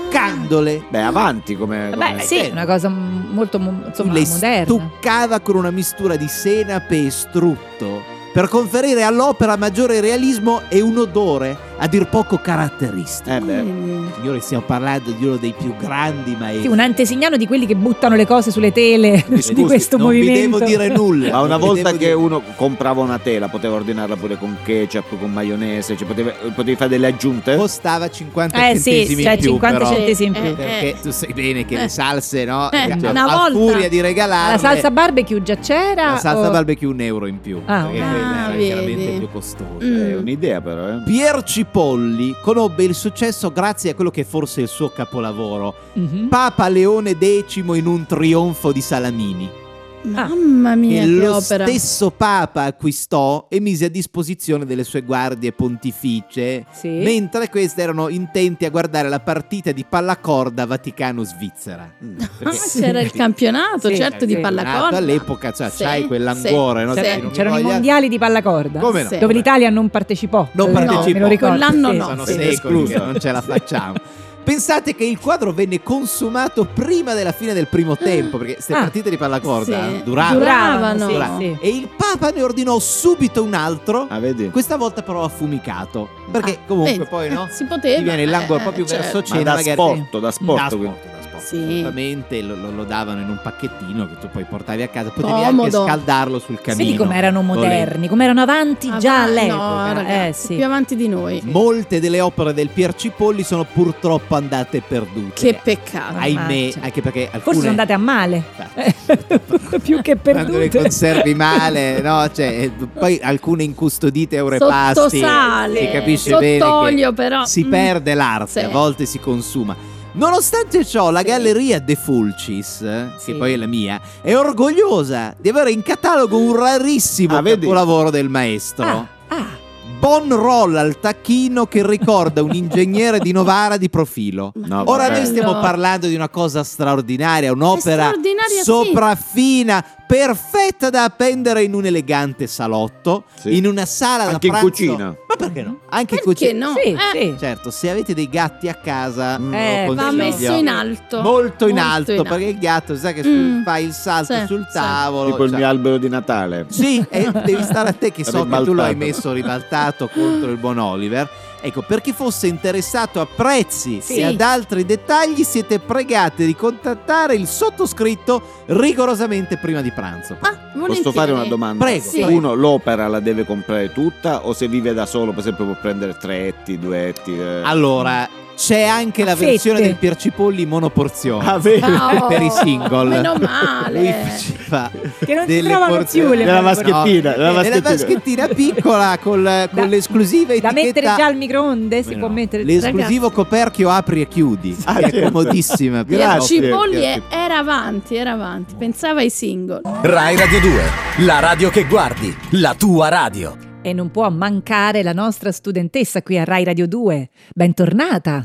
Speaker 2: stuccandole.
Speaker 4: Beh, avanti come...
Speaker 3: Beh,
Speaker 4: come-
Speaker 3: sì,
Speaker 2: Eh.
Speaker 3: una cosa m- molto mo- insomma,
Speaker 2: le
Speaker 3: moderna.
Speaker 2: stuccava con una mistura di senape e strutto per conferire all'opera maggiore realismo e un odore a dir poco caratteristico.
Speaker 4: Eh
Speaker 5: Mm.
Speaker 4: beh,
Speaker 2: Signori, stiamo parlando di uno dei più grandi
Speaker 3: Sì,
Speaker 2: maestri.
Speaker 3: un antesignano di quelli che buttano le cose sulle tele
Speaker 4: scusi,
Speaker 3: di questo
Speaker 2: non
Speaker 3: movimento.
Speaker 2: vi devo dire nulla.
Speaker 4: Ma una
Speaker 2: Non vi
Speaker 4: volta
Speaker 2: devo
Speaker 4: che
Speaker 2: dire-
Speaker 4: uno comprava una tela, poteva ordinarla pure con ketchup, con maionese, cioè poteva- potevi fare delle aggiunte.
Speaker 2: costava 50
Speaker 3: Eh sì,
Speaker 2: centesimi
Speaker 3: cioè
Speaker 2: in più
Speaker 3: 50
Speaker 2: però,
Speaker 3: centesimi in
Speaker 5: Eh,
Speaker 3: più.
Speaker 5: eh.
Speaker 2: perché tu sai bene che le
Speaker 5: Eh.
Speaker 2: salse, no?
Speaker 5: Eh,
Speaker 2: a,
Speaker 5: una
Speaker 2: a
Speaker 5: volta.
Speaker 2: furia di regalare
Speaker 3: La salsa barbecue già c'era?
Speaker 2: eh, la salsa
Speaker 3: o-
Speaker 2: barbecue un euro in più,
Speaker 3: Ah,
Speaker 2: perché
Speaker 3: ok.
Speaker 2: quella
Speaker 5: Ah,
Speaker 2: era
Speaker 5: vedi.
Speaker 2: chiaramente più costosa. eh,
Speaker 5: Mm.
Speaker 4: È un'idea però, eh.
Speaker 2: Pier Cipolli conobbe il successo grazie a quello che è forse il suo capolavoro,
Speaker 3: Mhm.
Speaker 2: Papa Leone X in un trionfo di Salamini,
Speaker 3: Ah.
Speaker 5: Mamma mia,
Speaker 2: che
Speaker 5: che,
Speaker 2: lo
Speaker 5: opera.
Speaker 2: stesso Papa acquistò e mise a disposizione delle sue guardie pontificie,
Speaker 3: Sì.
Speaker 2: mentre queste erano intenti a guardare la partita di pallacorda Vaticano-Svizzera.
Speaker 5: Ah,
Speaker 2: Perché-
Speaker 5: c'era il campionato,
Speaker 3: Sì,
Speaker 5: certo,
Speaker 3: sì.
Speaker 5: di pallacorda.
Speaker 2: All'epoca cioè,
Speaker 5: Sì,
Speaker 2: c'hai quell'anguore, no?
Speaker 5: sì,
Speaker 2: Dai,
Speaker 5: sì.
Speaker 2: non mi
Speaker 3: C'erano i
Speaker 2: voglia-
Speaker 3: mondiali di pallacorda
Speaker 2: Come no?
Speaker 5: Sì.
Speaker 3: dove l'italia non partecipò.
Speaker 2: Non
Speaker 3: Eh,
Speaker 2: partecipò.
Speaker 3: me lo ricordo.
Speaker 5: Quell'anno
Speaker 3: sì.
Speaker 5: no.
Speaker 2: sono
Speaker 5: sì.
Speaker 2: secoli che
Speaker 4: Escluso.
Speaker 2: non ce la facciamo. Pensate che il quadro venne consumato prima della fine del primo tempo, perché queste
Speaker 3: Ah,
Speaker 2: partite di pallacorda
Speaker 5: Sì.
Speaker 2: duravano.
Speaker 5: Duravano.
Speaker 2: Duravano.
Speaker 3: Sì, sì.
Speaker 2: E il Papa ne ordinò subito un altro,
Speaker 4: Ah, vedi?
Speaker 2: questa volta però affumicato. Perché
Speaker 5: Ah,
Speaker 2: comunque
Speaker 5: vedi,
Speaker 2: poi no?
Speaker 5: Si poteva.
Speaker 2: Ti viene l'angolo
Speaker 5: eh,
Speaker 2: proprio
Speaker 5: certo.
Speaker 2: verso
Speaker 4: Ma
Speaker 2: cena,
Speaker 4: da
Speaker 2: magari.
Speaker 4: sport, da sport.
Speaker 2: Da
Speaker 4: quindi.
Speaker 2: sport, da sport,
Speaker 5: Sì.
Speaker 2: assolutamente lo, lo- lo davano in un pacchettino che tu poi portavi a casa, potevi
Speaker 5: Comodo.
Speaker 2: anche scaldarlo sul camino.
Speaker 3: Vedi come erano
Speaker 2: volendo.
Speaker 3: moderni, come erano avanti già
Speaker 5: Ah,
Speaker 3: all'epoca.
Speaker 5: No, ragazzi,
Speaker 3: eh, sì.
Speaker 5: più avanti di noi.
Speaker 2: Molte delle opere del Pier Cipolli sono purtroppo andate perdute.
Speaker 5: che peccato.
Speaker 2: Ahimè,
Speaker 3: Mannaggia.
Speaker 2: anche perché alcune
Speaker 3: Forse sono andate a male.
Speaker 2: Esatto.
Speaker 3: più che
Speaker 2: Quando le
Speaker 3: perdute.
Speaker 2: conservi male, no? Cioè, eh, poi alcune incustodite a
Speaker 5: Sottosale,
Speaker 2: repasti. Si capisce bene. che
Speaker 5: sott'olio, però.
Speaker 2: Si
Speaker 5: Mm.
Speaker 2: perde l'arte,
Speaker 5: Sì.
Speaker 2: a volte si consuma. Nonostante ciò, la galleria De Fulcis, eh,
Speaker 3: Sì.
Speaker 2: che poi è la mia, è orgogliosa di avere in catalogo un rarissimo
Speaker 4: Ah, vedi?
Speaker 2: capolavoro del maestro.
Speaker 3: Ah, ah,
Speaker 2: Bon roll al tacchino che ricorda un ingegnere di Novara di profilo.
Speaker 4: No,
Speaker 2: Ora
Speaker 4: Ah, vabbè.
Speaker 2: noi stiamo parlando di una cosa straordinaria, un'opera
Speaker 5: straordinaria, sì.
Speaker 2: sopraffina, perfetta da appendere in un elegante salotto,
Speaker 4: Sì.
Speaker 2: in una sala
Speaker 4: Anche
Speaker 2: da
Speaker 4: in
Speaker 2: pranzo.
Speaker 4: cucina.
Speaker 2: Ma perché no? Anche in
Speaker 5: Mm. Perché
Speaker 2: cucina.
Speaker 5: no?
Speaker 3: sì,
Speaker 5: Eh,
Speaker 3: sì.
Speaker 2: Certo, se avete dei gatti a casa,
Speaker 4: Mm.
Speaker 3: Eh,
Speaker 2: lo
Speaker 5: Va
Speaker 2: consiglio.
Speaker 5: messo in alto.
Speaker 2: Molto in alto, perché il gatto sa che su-
Speaker 5: Mm.
Speaker 2: fa il salto
Speaker 5: Sì,
Speaker 2: sul
Speaker 5: sì.
Speaker 2: tavolo.
Speaker 4: Tipo il
Speaker 2: cioè-
Speaker 4: mio albero di Natale.
Speaker 2: sì, e devi stare a te che so che tu l'hai
Speaker 4: Ribaltato.
Speaker 2: messo ribaltato contro il buon Oliver. Ecco, per chi fosse interessato a prezzi
Speaker 3: Sì.
Speaker 2: e ad altri dettagli, siete pregati di contattare il sottoscritto rigorosamente prima di pranzo.
Speaker 5: Ah,
Speaker 4: Posso
Speaker 5: volentieri.
Speaker 4: fare una domanda?
Speaker 2: Prego.
Speaker 5: Sì.
Speaker 4: Uno l'opera la deve comprare tutta o se vive da solo, per esempio, può prendere tretti, duetti. eh?
Speaker 2: Allora, c'è anche la
Speaker 3: A fette.
Speaker 2: versione del Piercipolli monoporzione.
Speaker 4: Ah, vedi?
Speaker 5: No,
Speaker 2: per i single.
Speaker 5: oh. Meno
Speaker 2: Lui
Speaker 5: male.
Speaker 2: faceva eh,
Speaker 3: Che non si
Speaker 2: delle
Speaker 3: trovano
Speaker 2: porzioni-
Speaker 3: più le
Speaker 4: Della
Speaker 3: pomodoro.
Speaker 4: vaschettina, della
Speaker 2: E la
Speaker 4: vaschettina.
Speaker 2: vaschettina piccola col- con
Speaker 3: Da-
Speaker 2: l'esclusiva
Speaker 3: Da
Speaker 2: etichetta
Speaker 3: mettere già al microonde si
Speaker 2: Beh,
Speaker 3: può
Speaker 2: no.
Speaker 3: mettere
Speaker 2: l'esclusivo coperchio apri e chiudi
Speaker 4: Ah,
Speaker 2: che è
Speaker 4: certo.
Speaker 2: comodissima per-
Speaker 5: Il
Speaker 4: Grazie.
Speaker 5: Cipolli è- era avanti, era avanti. Pensava ai single.
Speaker 9: Rai Radio 2, la radio che guardi, la tua radio.
Speaker 3: E non può mancare la nostra studentessa qui a Rai Radio 2. Bentornata.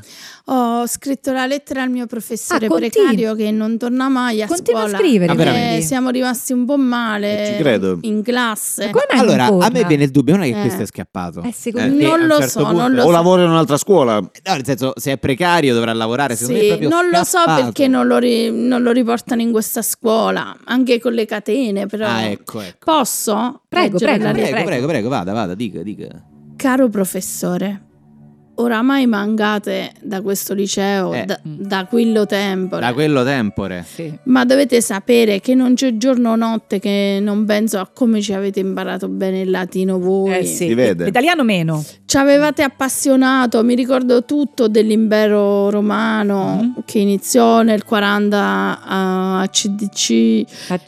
Speaker 5: Ho scritto la lettera al mio professore
Speaker 3: Ah, continu-
Speaker 5: precario che non torna mai a
Speaker 3: Continua
Speaker 5: scuola.
Speaker 3: a scrivere.
Speaker 2: Ah, veramente?
Speaker 5: Eh, siamo rimasti un po' male
Speaker 7: Ci credo.
Speaker 5: in classe.
Speaker 3: Ma come mai
Speaker 2: Allora,
Speaker 3: non
Speaker 2: a me
Speaker 3: torna?
Speaker 2: viene il dubbio, non è che
Speaker 5: Eh.
Speaker 2: questo è scappato.
Speaker 3: Eh, secondo
Speaker 2: Eh,
Speaker 3: me.
Speaker 2: sì, a
Speaker 5: non
Speaker 2: un
Speaker 5: lo
Speaker 2: certo
Speaker 5: so,
Speaker 2: punto-
Speaker 5: non lo
Speaker 7: O
Speaker 5: so.
Speaker 7: lavora in un'altra scuola.
Speaker 2: No, nel senso, se è precario dovrà lavorare, secondo me
Speaker 5: Sì,
Speaker 2: è proprio
Speaker 5: non lo so
Speaker 2: scappato.
Speaker 5: perché non lo, ri- non lo riportano in questa scuola, anche con le catene però.
Speaker 2: Ah, ecco, ecco.
Speaker 5: Posso?
Speaker 3: Prego,
Speaker 5: leggere
Speaker 3: prego,
Speaker 5: la
Speaker 2: Prego,
Speaker 5: lettera?
Speaker 2: prego, prego, vada, vada, dica, dica.
Speaker 5: Caro professore, oramai mancate da questo liceo
Speaker 2: Eh.
Speaker 5: da, da quello tempo.
Speaker 2: Da quello tempore.
Speaker 3: Sì.
Speaker 5: Ma dovete sapere che non c'è giorno o notte che non penso a come ci avete imparato bene il latino voi.
Speaker 3: Eh, sì.
Speaker 7: Si vede.
Speaker 3: Italiano meno.
Speaker 5: Ci avevate appassionato, mi ricordo tutto dell'impero romano
Speaker 3: Mhm.
Speaker 5: che iniziò nel 40 a CDC
Speaker 3: Ah,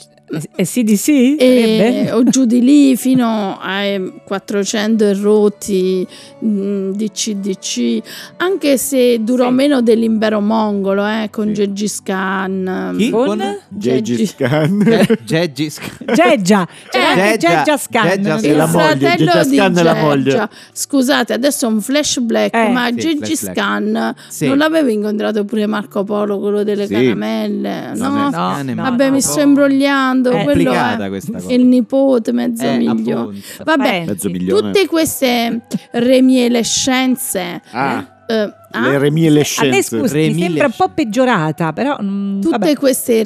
Speaker 3: E CDC?
Speaker 5: e,
Speaker 3: Sarebbe?
Speaker 5: o giù di lì fino ai 400 e rotti mh, di CDC, anche se durò
Speaker 3: Sì.
Speaker 5: meno dell'impero mongolo eh, con
Speaker 7: Sì.
Speaker 5: Gengis Khan.
Speaker 2: Chi?
Speaker 3: Con?
Speaker 7: Gengis
Speaker 5: Gengis-
Speaker 7: Khan.
Speaker 2: Je- Gengis
Speaker 3: Geggia. C'è
Speaker 5: Eh,
Speaker 3: anche
Speaker 2: Geggia-
Speaker 3: Geggia Scan.
Speaker 2: Geggia
Speaker 5: Il
Speaker 7: E la moglie,
Speaker 5: fratello
Speaker 7: Gengis
Speaker 5: di
Speaker 7: Khan e la moglie.
Speaker 5: Gengis. Scusate, adesso è un flashback,
Speaker 3: Eh,
Speaker 5: ma
Speaker 2: sì,
Speaker 5: Gengis
Speaker 2: flashback.
Speaker 5: Khan
Speaker 2: Sì.
Speaker 5: non l'avevo incontrato pure Marco Polo, quello delle
Speaker 7: Sì.
Speaker 5: caramelle? No,
Speaker 2: Vabbè,
Speaker 3: no,
Speaker 2: cane,
Speaker 3: no,
Speaker 2: ma-
Speaker 5: vabbè,
Speaker 3: no, no.
Speaker 5: mi sto imbrogliando.
Speaker 3: È
Speaker 5: Quello
Speaker 2: complicata
Speaker 5: è
Speaker 2: questa cosa.
Speaker 5: il nipote mezzo
Speaker 2: Eh,
Speaker 5: miglio.
Speaker 2: appunto.
Speaker 5: Vabbè,
Speaker 7: Mezzo
Speaker 3: Sì.
Speaker 7: milione.
Speaker 5: tutte queste remielescenze.
Speaker 7: Ah,
Speaker 5: eh, ah,
Speaker 7: le remie
Speaker 3: A me
Speaker 7: scienze.
Speaker 3: scusi, mi
Speaker 2: Remille-
Speaker 3: sembra un po' peggiorata, però... mm,
Speaker 5: tutte
Speaker 3: vabbè.
Speaker 5: queste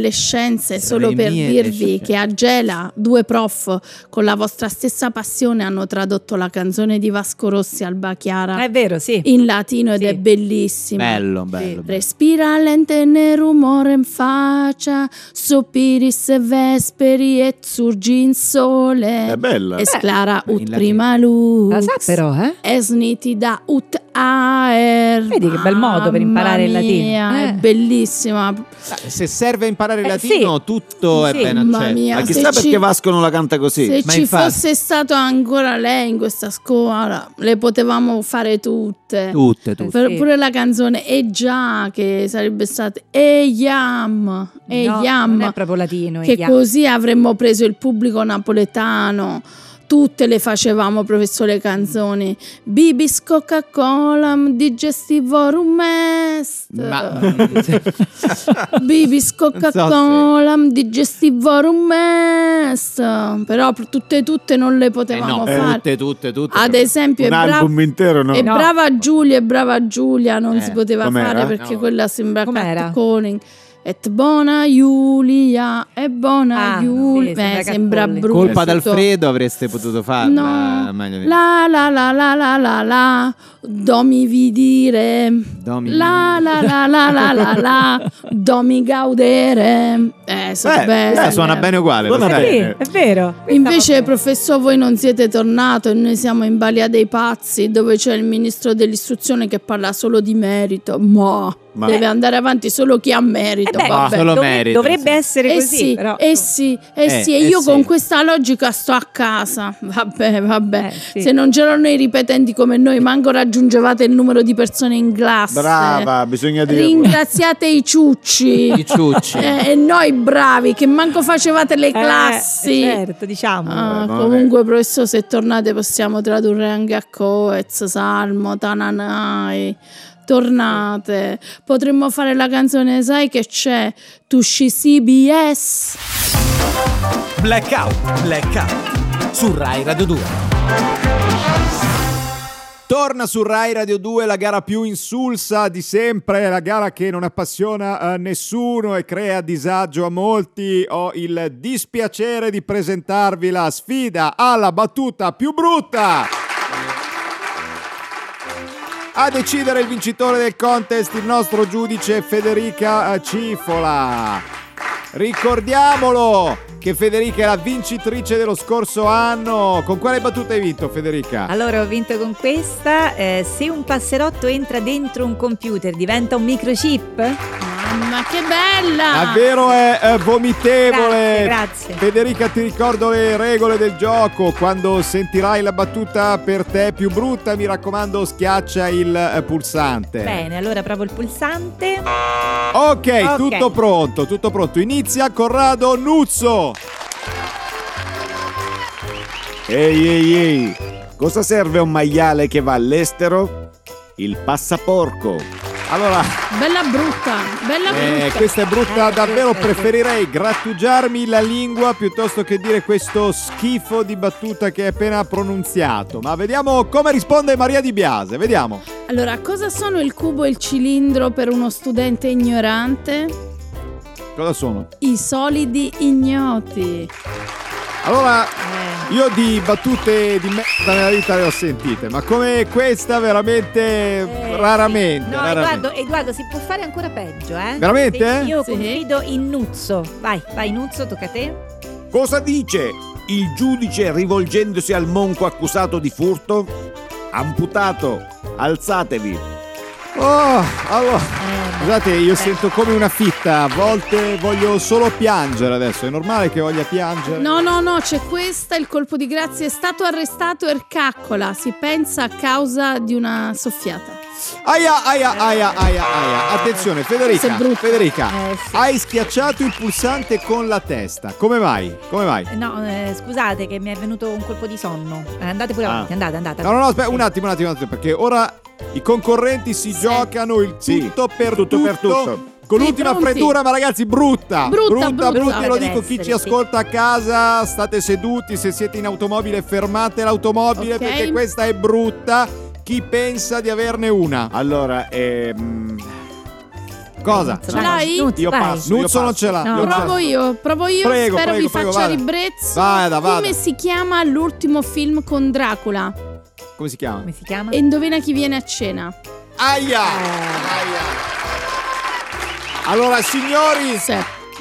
Speaker 5: remielescenze solo per
Speaker 2: Remielescenze.
Speaker 5: dirvi che a Gela due prof con la vostra stessa passione hanno tradotto la canzone di Vasco Rossi Alba Chiara
Speaker 3: È vero, sì.
Speaker 5: in latino ed
Speaker 3: Sì.
Speaker 5: è bellissima.
Speaker 2: Bello, bello. bello.
Speaker 5: Respira lente né rumore in faccia, sopiris e vesperi e surgi in sole.
Speaker 7: È bella.
Speaker 5: Esclara
Speaker 2: Beh, in
Speaker 5: ut
Speaker 2: latino.
Speaker 5: prima lux.
Speaker 3: La sa però, eh?
Speaker 5: Es nitida ut aer.
Speaker 3: Vedi che bel modo per imparare il
Speaker 5: Mamma
Speaker 3: latino.
Speaker 5: mia,
Speaker 3: Eh.
Speaker 5: È bellissima.
Speaker 2: Ah, Se serve a imparare il
Speaker 3: Eh,
Speaker 2: latino,
Speaker 3: sì.
Speaker 2: tutto è
Speaker 3: Sì.
Speaker 2: ben
Speaker 5: Mamma
Speaker 2: accetto.
Speaker 5: mia,
Speaker 7: Ma
Speaker 5: se
Speaker 7: chissà
Speaker 5: ci-
Speaker 7: perché Vasco non la canta così.
Speaker 5: Se
Speaker 2: ma
Speaker 5: ci
Speaker 2: infatti-
Speaker 5: fosse stato ancora lei in questa scuola, le potevamo fare tutte.
Speaker 2: Tutte, tutte.
Speaker 5: Per-
Speaker 3: Sì.
Speaker 5: Pure la canzone E già, che sarebbe stata E yam, E
Speaker 3: No,
Speaker 5: yam.
Speaker 3: Non è proprio latino.
Speaker 5: che
Speaker 3: è yam.
Speaker 5: così avremmo preso il pubblico napoletano. Tutte le facevamo, professore, canzoni. Bibis Coca-Cola, digestivorum est.
Speaker 2: Ma... eh,
Speaker 5: Bibis
Speaker 2: Non
Speaker 5: Coca-Cola, digestivorum est. Però pr- tutte tutte non le
Speaker 2: Eh no,
Speaker 5: potevamo fare.
Speaker 2: tutte, tutte, tutte.
Speaker 5: Ad esempio, è,
Speaker 7: Un
Speaker 5: bra-
Speaker 7: album intero, no?
Speaker 5: è
Speaker 3: No.
Speaker 5: brava Giulia e brava Giulia non
Speaker 2: Eh,
Speaker 5: si poteva
Speaker 7: com'era?
Speaker 5: fare perché
Speaker 2: No.
Speaker 5: quella sembra
Speaker 3: Com'era?
Speaker 5: Cat Calling. Et buona Giulia, e buona
Speaker 3: Ah,
Speaker 5: Giulia.
Speaker 3: sì, sembra
Speaker 5: Eh, sembra
Speaker 3: Cat Calling.
Speaker 5: brutto.
Speaker 2: Colpa d'Alfredo avreste potuto farla.
Speaker 5: No.
Speaker 2: meglio di-
Speaker 5: La la la la la la la, domi vi dire.
Speaker 2: Domi-
Speaker 5: La la la la la la la, domi gaudere. Eh, so
Speaker 7: Beh,
Speaker 5: belle.
Speaker 2: Eh, suona bene uguale. lo
Speaker 7: Suona
Speaker 2: sai.
Speaker 7: bene.
Speaker 3: Sì, è vero. Eh Questa
Speaker 5: Invece,
Speaker 3: va bene.
Speaker 5: professor, voi non siete tornato e noi siamo in Balia dei Pazzi, dove c'è il ministro dell'istruzione che parla solo di merito. Ma
Speaker 7: Ma-
Speaker 5: deve andare avanti solo chi ha merito.
Speaker 3: Eh beh,
Speaker 5: vabbè.
Speaker 2: solo
Speaker 3: dovre-
Speaker 2: merito,
Speaker 3: Dovrebbe
Speaker 2: sì.
Speaker 3: essere
Speaker 5: Eh
Speaker 3: così,
Speaker 5: sì,
Speaker 3: però...
Speaker 5: eh sì, eh
Speaker 2: Eh,
Speaker 5: sì, e
Speaker 2: eh
Speaker 5: io
Speaker 2: sì.
Speaker 5: con questa logica sto a casa. Vabbè, vabbè.
Speaker 3: Eh, sì.
Speaker 5: Se non c'erano i ripetenti come noi, manco raggiungevate il numero di persone in classe.
Speaker 7: Brava, bisogna dirlo.
Speaker 5: Ringraziate i ciucci.
Speaker 2: I ciucci.
Speaker 5: Eh, e noi bravi che manco facevate le classi.
Speaker 3: Eh, certo, diciamo.
Speaker 5: Ah,
Speaker 7: Eh, vabbè.
Speaker 5: comunque, professore, se tornate possiamo tradurre anche a Coez, Salmo, Tananai. Tornate, potremmo fare la canzone, sai che c'è? Tu sci CBS.
Speaker 6: Blackout, blackout. Su Rai Radio 2.
Speaker 2: Torna su Rai Radio 2 la gara più insulsa di sempre, la gara che non appassiona a nessuno e crea disagio a molti. Ho il dispiacere di presentarvi la sfida alla battuta più brutta. A decidere il vincitore del contest il nostro giudice Federica eh, Cifola. Ricordiamolo che Federica è la vincitrice dello scorso anno. Con quale battuta hai vinto Federica?
Speaker 10: Allora ho vinto con questa, eh, se un passerotto entra dentro un computer diventa un microchip?
Speaker 5: Mamma che bella!
Speaker 7: Ah,
Speaker 2: Davvero è eh,
Speaker 10: Grazie,
Speaker 2: vomitevole.
Speaker 10: grazie.
Speaker 2: Federica, ti ricordo le regole del gioco. Quando sentirai la battuta per te più brutta, mi raccomando, schiaccia il eh, pulsante.
Speaker 10: Bene, allora provo il pulsante.
Speaker 2: Ok,
Speaker 10: Ok.
Speaker 2: tutto pronto, tutto pronto. Inizia Corrado Nuzzo.
Speaker 7: Ehi, ehi, ehi. Cosa serve a un maiale che va all'estero? Il passaporco.
Speaker 2: Allora,
Speaker 5: Bella brutta, bella
Speaker 2: eh,
Speaker 5: brutta.
Speaker 2: questa è brutta
Speaker 3: Eh,
Speaker 2: davvero,
Speaker 3: eh, eh,
Speaker 2: preferirei grattugiarmi la lingua piuttosto che dire questo schifo di battuta che hai appena pronunziato. Ma vediamo come risponde Maria Di Biase, vediamo.
Speaker 5: Allora, cosa sono il cubo e il cilindro per uno studente ignorante?
Speaker 2: Cosa sono?
Speaker 5: I solidi ignoti.
Speaker 2: Allora,
Speaker 3: Eh,
Speaker 2: io di battute di merda nella vita le ho sentite, ma come questa veramente
Speaker 3: eh,
Speaker 2: raramente.
Speaker 3: sì. No,
Speaker 2: raramente.
Speaker 3: Edoardo, Edoardo, si può fare ancora peggio, eh?
Speaker 2: Veramente?
Speaker 3: Sì, Io
Speaker 5: Sì.
Speaker 3: confido in Nuzzo. Vai, vai Nuzzo, tocca a te.
Speaker 4: Cosa dice il giudice rivolgendosi al monco accusato di furto? Amputato, alzatevi.
Speaker 2: Oh, allora.
Speaker 3: Eh,
Speaker 2: Scusate, io
Speaker 3: eh,
Speaker 2: sento come una fitta, a volte voglio solo piangere adesso, è normale che voglia piangere?
Speaker 5: No, no, no, c'è questa, il colpo di grazia è stato arrestato Ercaccola, si pensa a causa di una soffiata.
Speaker 2: Aia, aia, aia, aia, aia. Attenzione, Federica,
Speaker 5: Questo è brutto.
Speaker 2: Federica,
Speaker 3: eh, sì.
Speaker 2: hai schiacciato il pulsante con la testa, come mai? Come mai?
Speaker 3: No, eh, scusate che mi è venuto un colpo di sonno. Eh, andate pure
Speaker 2: Ah.
Speaker 3: avanti, andate, andate.
Speaker 2: No, no, no, aspetta, un attimo, un attimo, un attimo, perché ora i concorrenti si giocano il
Speaker 4: Sì,
Speaker 2: tutto per tutto,
Speaker 4: tutto per tutto.
Speaker 2: Con
Speaker 5: Sì,
Speaker 2: l'ultima
Speaker 5: pronti.
Speaker 2: freddura, ma ragazzi, brutta!
Speaker 5: Brutta,
Speaker 2: brutta,
Speaker 5: brutta.
Speaker 2: brutta, lo
Speaker 3: Deve
Speaker 2: dico chi
Speaker 3: essere,
Speaker 2: ci
Speaker 3: sì.
Speaker 2: ascolta a casa, state seduti, se siete in automobile fermate l'automobile
Speaker 5: Ok.
Speaker 2: perché questa è brutta. Chi pensa di averne una?
Speaker 4: Allora, ehm,
Speaker 2: Cosa?
Speaker 5: Ce l'hai?
Speaker 3: Nuzzo,
Speaker 4: io
Speaker 3: vai.
Speaker 4: passo. io
Speaker 2: Nuzzo non
Speaker 4: passo.
Speaker 2: ce l'ha.
Speaker 3: No.
Speaker 2: non ce l'ha.
Speaker 5: Provo io, provo io,
Speaker 2: Prego,
Speaker 5: spero
Speaker 2: prego,
Speaker 5: vi
Speaker 2: prego,
Speaker 5: faccia
Speaker 2: vada.
Speaker 5: ribrezzo.
Speaker 2: Vada, vada.
Speaker 5: Come si chiama l'ultimo film con Dracula?
Speaker 2: Come si chiama?
Speaker 3: Come si chiama?
Speaker 5: E indovina chi viene a cena.
Speaker 2: Aia!
Speaker 5: Eh.
Speaker 2: Allora, signori,
Speaker 5: Sì.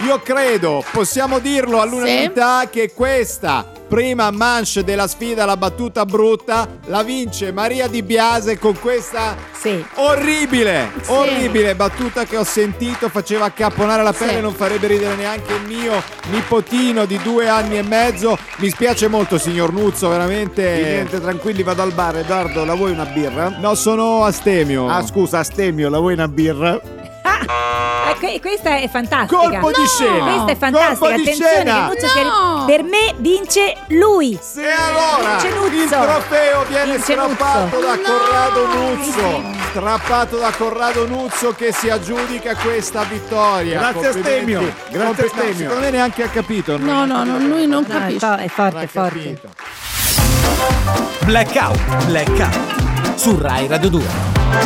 Speaker 2: io credo, possiamo dirlo all'unanimità, che questa prima manche della sfida alla battuta brutta la vince Maria Di Biase con questa
Speaker 3: Sì.
Speaker 2: orribile,
Speaker 5: Sì.
Speaker 2: orribile battuta che ho sentito, faceva accapponare la pelle,
Speaker 5: Sì.
Speaker 2: non farebbe ridere neanche il mio nipotino di due anni e mezzo. Mi spiace molto, signor Nuzzo,
Speaker 4: Eh,
Speaker 2: veramente.
Speaker 4: niente, tranquilli, vado al bar. Edoardo, la vuoi una birra?
Speaker 2: No, sono astemio.
Speaker 4: Ah, scusa, Stemio, la vuoi una birra?
Speaker 3: Ah, que- questa è fantastica.
Speaker 2: Colpo di
Speaker 5: No!
Speaker 2: scena!
Speaker 3: Questa è
Speaker 2: Colpo
Speaker 3: fantastica.
Speaker 2: di
Speaker 3: Attenzione,
Speaker 2: scena!
Speaker 3: che Nuzzo si è ri-
Speaker 5: No!
Speaker 3: Per me vince lui.
Speaker 2: E allora
Speaker 3: Vince Nuzzo.
Speaker 2: il trofeo viene
Speaker 3: Vince
Speaker 2: strappato
Speaker 3: Nuzzo.
Speaker 2: da
Speaker 5: No!
Speaker 2: Corrado Nuzzo, strappato da Corrado Nuzzo che si aggiudica questa vittoria.
Speaker 4: Grazie a
Speaker 2: Complimenti.
Speaker 4: Stemio, grazie a
Speaker 2: Compl-
Speaker 4: Stemio.
Speaker 2: no, Secondo me neanche ha capito. non
Speaker 5: No, no, no, lui non
Speaker 3: No, è,
Speaker 5: capisce.
Speaker 3: fo- è forte,
Speaker 2: ha
Speaker 3: è forte.
Speaker 2: capito.
Speaker 11: Blackout, blackout. Su Rai Radio 2.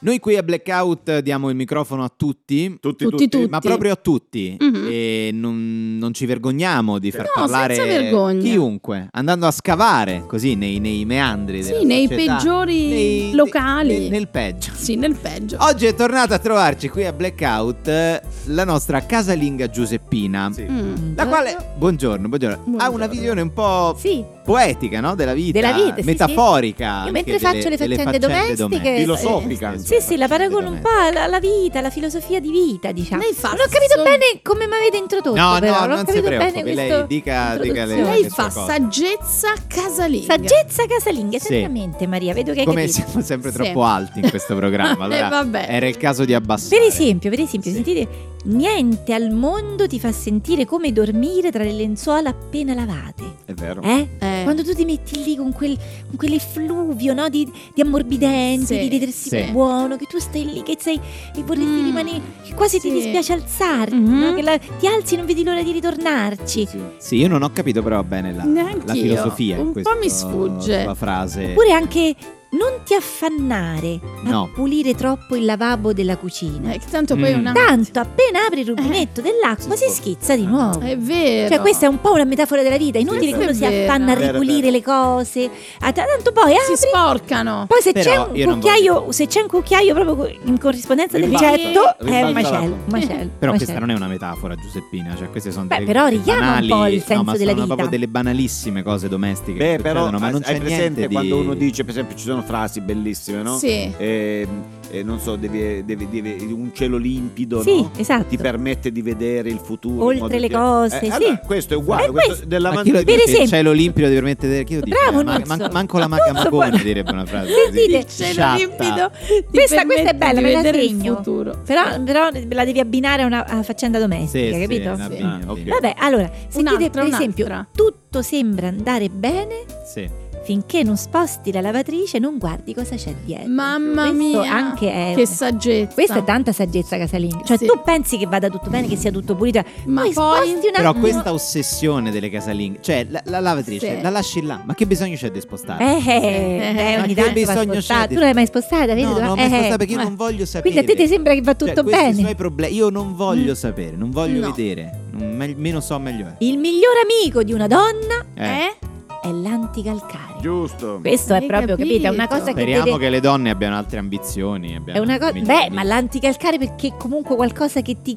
Speaker 12: Noi qui a Blackout diamo il microfono a tutti.
Speaker 4: Tutti,
Speaker 5: Tutti,
Speaker 4: tutti.
Speaker 5: tutti.
Speaker 12: Ma Ah, proprio a tutti
Speaker 5: Mhm.
Speaker 3: Mm-hmm.
Speaker 12: e non, non ci vergogniamo di far
Speaker 5: No,
Speaker 12: parlare
Speaker 5: senza vergogna.
Speaker 12: chiunque, andando a scavare così nei, nei meandri. della
Speaker 5: Sì, nei
Speaker 12: società,
Speaker 5: peggiori
Speaker 12: nei-
Speaker 5: locali.
Speaker 12: nel- nel peggio.
Speaker 5: Sì, nel peggio.
Speaker 12: Oggi è tornata a trovarci qui a Blackout eh, la nostra casalinga Giuseppina.
Speaker 4: Sì.
Speaker 5: Mm.
Speaker 12: La quale, buongiorno, buongiorno, ha una
Speaker 5: Buongiorno.
Speaker 12: visione un po'
Speaker 3: Sì,
Speaker 12: poetica no? della vita,
Speaker 3: Della vita, sì,
Speaker 12: metaforica.
Speaker 3: Io mentre
Speaker 12: anche
Speaker 3: faccio le
Speaker 12: delle- delle
Speaker 3: faccende
Speaker 12: faccende
Speaker 3: domestiche-
Speaker 4: Filosofica.
Speaker 12: Sì,
Speaker 3: sì, sì, la paragono un po'
Speaker 12: Veramente.
Speaker 3: alla, alla vita, alla filosofia di vita, diciamo.
Speaker 5: Lei fa
Speaker 3: non ho capito
Speaker 5: sol-
Speaker 3: bene come mi avete introdotto.
Speaker 12: No,
Speaker 3: però.
Speaker 12: no,
Speaker 3: non ho
Speaker 12: non si
Speaker 3: capito bene
Speaker 12: preoccupi,
Speaker 3: questo-
Speaker 12: lei dica, dica le-
Speaker 3: introduzione.
Speaker 5: Lei
Speaker 12: le sue
Speaker 5: fa
Speaker 12: cose.
Speaker 5: saggezza casalinga.
Speaker 3: Saggezza casalinga,
Speaker 12: Sì.
Speaker 3: esattamente Maria, vedo che hai
Speaker 12: Come
Speaker 3: capito.
Speaker 12: siamo sempre
Speaker 5: Sì.
Speaker 12: troppo alti in questo programma,
Speaker 5: Eh,
Speaker 12: allora
Speaker 5: vabbè.
Speaker 12: era il caso di abbassare.
Speaker 3: Per esempio, per esempio,
Speaker 12: Sì.
Speaker 3: sentite, niente al mondo ti fa sentire come dormire tra le lenzuola appena lavate.
Speaker 4: È vero.
Speaker 3: Eh?
Speaker 5: Eh,
Speaker 3: Quando tu ti metti lì con, quel, con quell'effluvio no? di, di ammorbidente,
Speaker 5: Sì,
Speaker 3: di detersivo
Speaker 12: sì.
Speaker 3: buono, che tu stai lì, che sei e vorresti
Speaker 5: Mm,
Speaker 3: rimanere, che quasi ti
Speaker 5: sì.
Speaker 3: dispiace alzarti,
Speaker 5: Mhm.
Speaker 3: no? che la- ti alzi e non vedi l'ora di ritornarci.
Speaker 12: Mm-hmm. Sì, io non ho capito però bene la,
Speaker 5: Neanch'io.
Speaker 12: la filosofia in
Speaker 5: Un po'
Speaker 12: questo-
Speaker 5: mi sfugge.
Speaker 12: La frase.
Speaker 3: Oppure anche non ti affannare
Speaker 12: No.
Speaker 3: a pulire troppo il lavabo della cucina.
Speaker 5: eh, che tanto poi è
Speaker 12: Mm.
Speaker 5: una...
Speaker 3: Tanto appena apri il rubinetto dell'acqua si schizza di nuovo.
Speaker 5: È vero.
Speaker 3: Cioè, questa è un po' una metafora della vita. Inutile
Speaker 5: Sì,
Speaker 3: che uno
Speaker 5: è
Speaker 3: si
Speaker 5: vero.
Speaker 3: affanna a
Speaker 4: Vero, vero.
Speaker 3: ripulire le cose. Ah, tra- Tanto poi apri.
Speaker 5: Si sporcano.
Speaker 3: Poi se
Speaker 12: Però
Speaker 3: c'è, un
Speaker 12: io non
Speaker 3: cucchiaio, se c'è un cucchiaio proprio co- in corrispondenza
Speaker 5: Rimbalza-
Speaker 3: del getto, è
Speaker 12: rimbalza
Speaker 3: un
Speaker 12: l'acqua.
Speaker 3: macello. un macello,
Speaker 12: Però
Speaker 3: un
Speaker 12: questa
Speaker 3: macello.
Speaker 12: non è una metafora, Giuseppina. Cioè, queste sono
Speaker 3: Beh,
Speaker 12: delle
Speaker 3: però richiama un
Speaker 12: banali-
Speaker 3: po' il senso
Speaker 12: no, ma
Speaker 3: della
Speaker 12: sono
Speaker 3: vita.
Speaker 12: proprio delle banalissime cose domestiche. che
Speaker 4: Beh, però,
Speaker 12: succedono, ma non
Speaker 4: hai
Speaker 12: c'è
Speaker 4: presente
Speaker 12: niente di-
Speaker 4: quando uno dice, per esempio, ci sono frasi bellissime, no?
Speaker 5: Sì.
Speaker 4: Ehm, eh, non so, devi, devi- devi- un cielo limpido,
Speaker 3: Sì,
Speaker 4: no?
Speaker 3: esatto.
Speaker 4: Ti permette di vedere il futuro.
Speaker 3: Oltre
Speaker 4: in modo
Speaker 3: le
Speaker 4: chiaro.
Speaker 3: cose,
Speaker 4: Eh,
Speaker 3: sì.
Speaker 4: allora, questo è uguale.
Speaker 3: Eh,
Speaker 4: questo
Speaker 3: questo-
Speaker 12: Ma chi
Speaker 4: dell'avanti
Speaker 12: lo
Speaker 4: e
Speaker 3: Per
Speaker 12: dice? Cioè,
Speaker 3: esempio-
Speaker 12: Il cielo limpido deve mettere. Chi lo dice?
Speaker 3: Bravo,
Speaker 12: Eh, ma-
Speaker 3: Nuzzo.
Speaker 12: man- manco la
Speaker 3: Nuzzo,
Speaker 12: Magone
Speaker 3: guarda.
Speaker 12: direbbe una frase.
Speaker 3: Sentite,
Speaker 12: così,
Speaker 5: Il cielo
Speaker 12: sciatta.
Speaker 5: limpido. ti
Speaker 3: Questa- questa è
Speaker 5: permette
Speaker 3: bella,
Speaker 5: di
Speaker 3: me la
Speaker 5: vedere il
Speaker 3: segno.
Speaker 5: futuro. Eh,
Speaker 3: Però, però la devi abbinare a una a faccenda
Speaker 12: Sì,
Speaker 3: domestica,
Speaker 12: sì,
Speaker 3: capito?
Speaker 12: una
Speaker 5: Sì.
Speaker 12: bimba,
Speaker 4: Ah, ok.
Speaker 12: bimba.
Speaker 3: Vabbè, allora, sentite
Speaker 5: Un'altra,
Speaker 3: per esempio,
Speaker 5: un'altra.
Speaker 3: tutto sembra andare bene
Speaker 12: Sì.
Speaker 3: finché non sposti la lavatrice non guardi cosa c'è dietro.
Speaker 5: Mamma
Speaker 3: eh, Questo
Speaker 5: mia,
Speaker 3: anche è-
Speaker 5: che saggezza.
Speaker 3: Questa è tanta saggezza casalinga. Cioè
Speaker 5: Sì.
Speaker 3: tu pensi che vada tutto bene, che sia tutto pulito,
Speaker 5: Ma
Speaker 3: poi,
Speaker 5: poi-
Speaker 3: sposti un
Speaker 2: Però
Speaker 3: attimo.
Speaker 2: questa ossessione delle casalinghe, cioè la, la lavatrice,
Speaker 5: Sì.
Speaker 2: la lasci là, ma che bisogno c'è di spostarla?
Speaker 3: Eh, eh,
Speaker 5: Ma
Speaker 3: ogni
Speaker 2: che
Speaker 3: tanto va
Speaker 2: bisogno c'è
Speaker 3: spostata.
Speaker 2: di-
Speaker 3: Tu non l'hai mai spostata, vedi?
Speaker 2: No,
Speaker 3: Tu-
Speaker 2: non mi
Speaker 3: eh,
Speaker 2: sposta perché io
Speaker 3: eh.
Speaker 2: non voglio sapere.
Speaker 3: Quindi a te ti sembra che va
Speaker 2: Cioè,
Speaker 3: tutto
Speaker 2: questi
Speaker 3: bene. Mm.
Speaker 2: sono i problemi. Io non voglio sapere, non voglio
Speaker 5: No.
Speaker 2: vedere. non- me- meno so, meglio è.
Speaker 3: Il miglior amico di una donna
Speaker 2: Eh.
Speaker 3: è l'anticalcare.
Speaker 4: Giusto.
Speaker 3: Questo è
Speaker 5: Hai
Speaker 3: proprio, capito? È una
Speaker 5: capito?
Speaker 3: cosa che
Speaker 2: Speriamo
Speaker 3: deve-
Speaker 2: che le donne abbiano altre ambizioni.
Speaker 3: È
Speaker 2: abbiano
Speaker 3: una cosa.
Speaker 2: migliori
Speaker 3: Beh,
Speaker 2: amici.
Speaker 3: ma l'anticalcare perché comunque qualcosa che ti.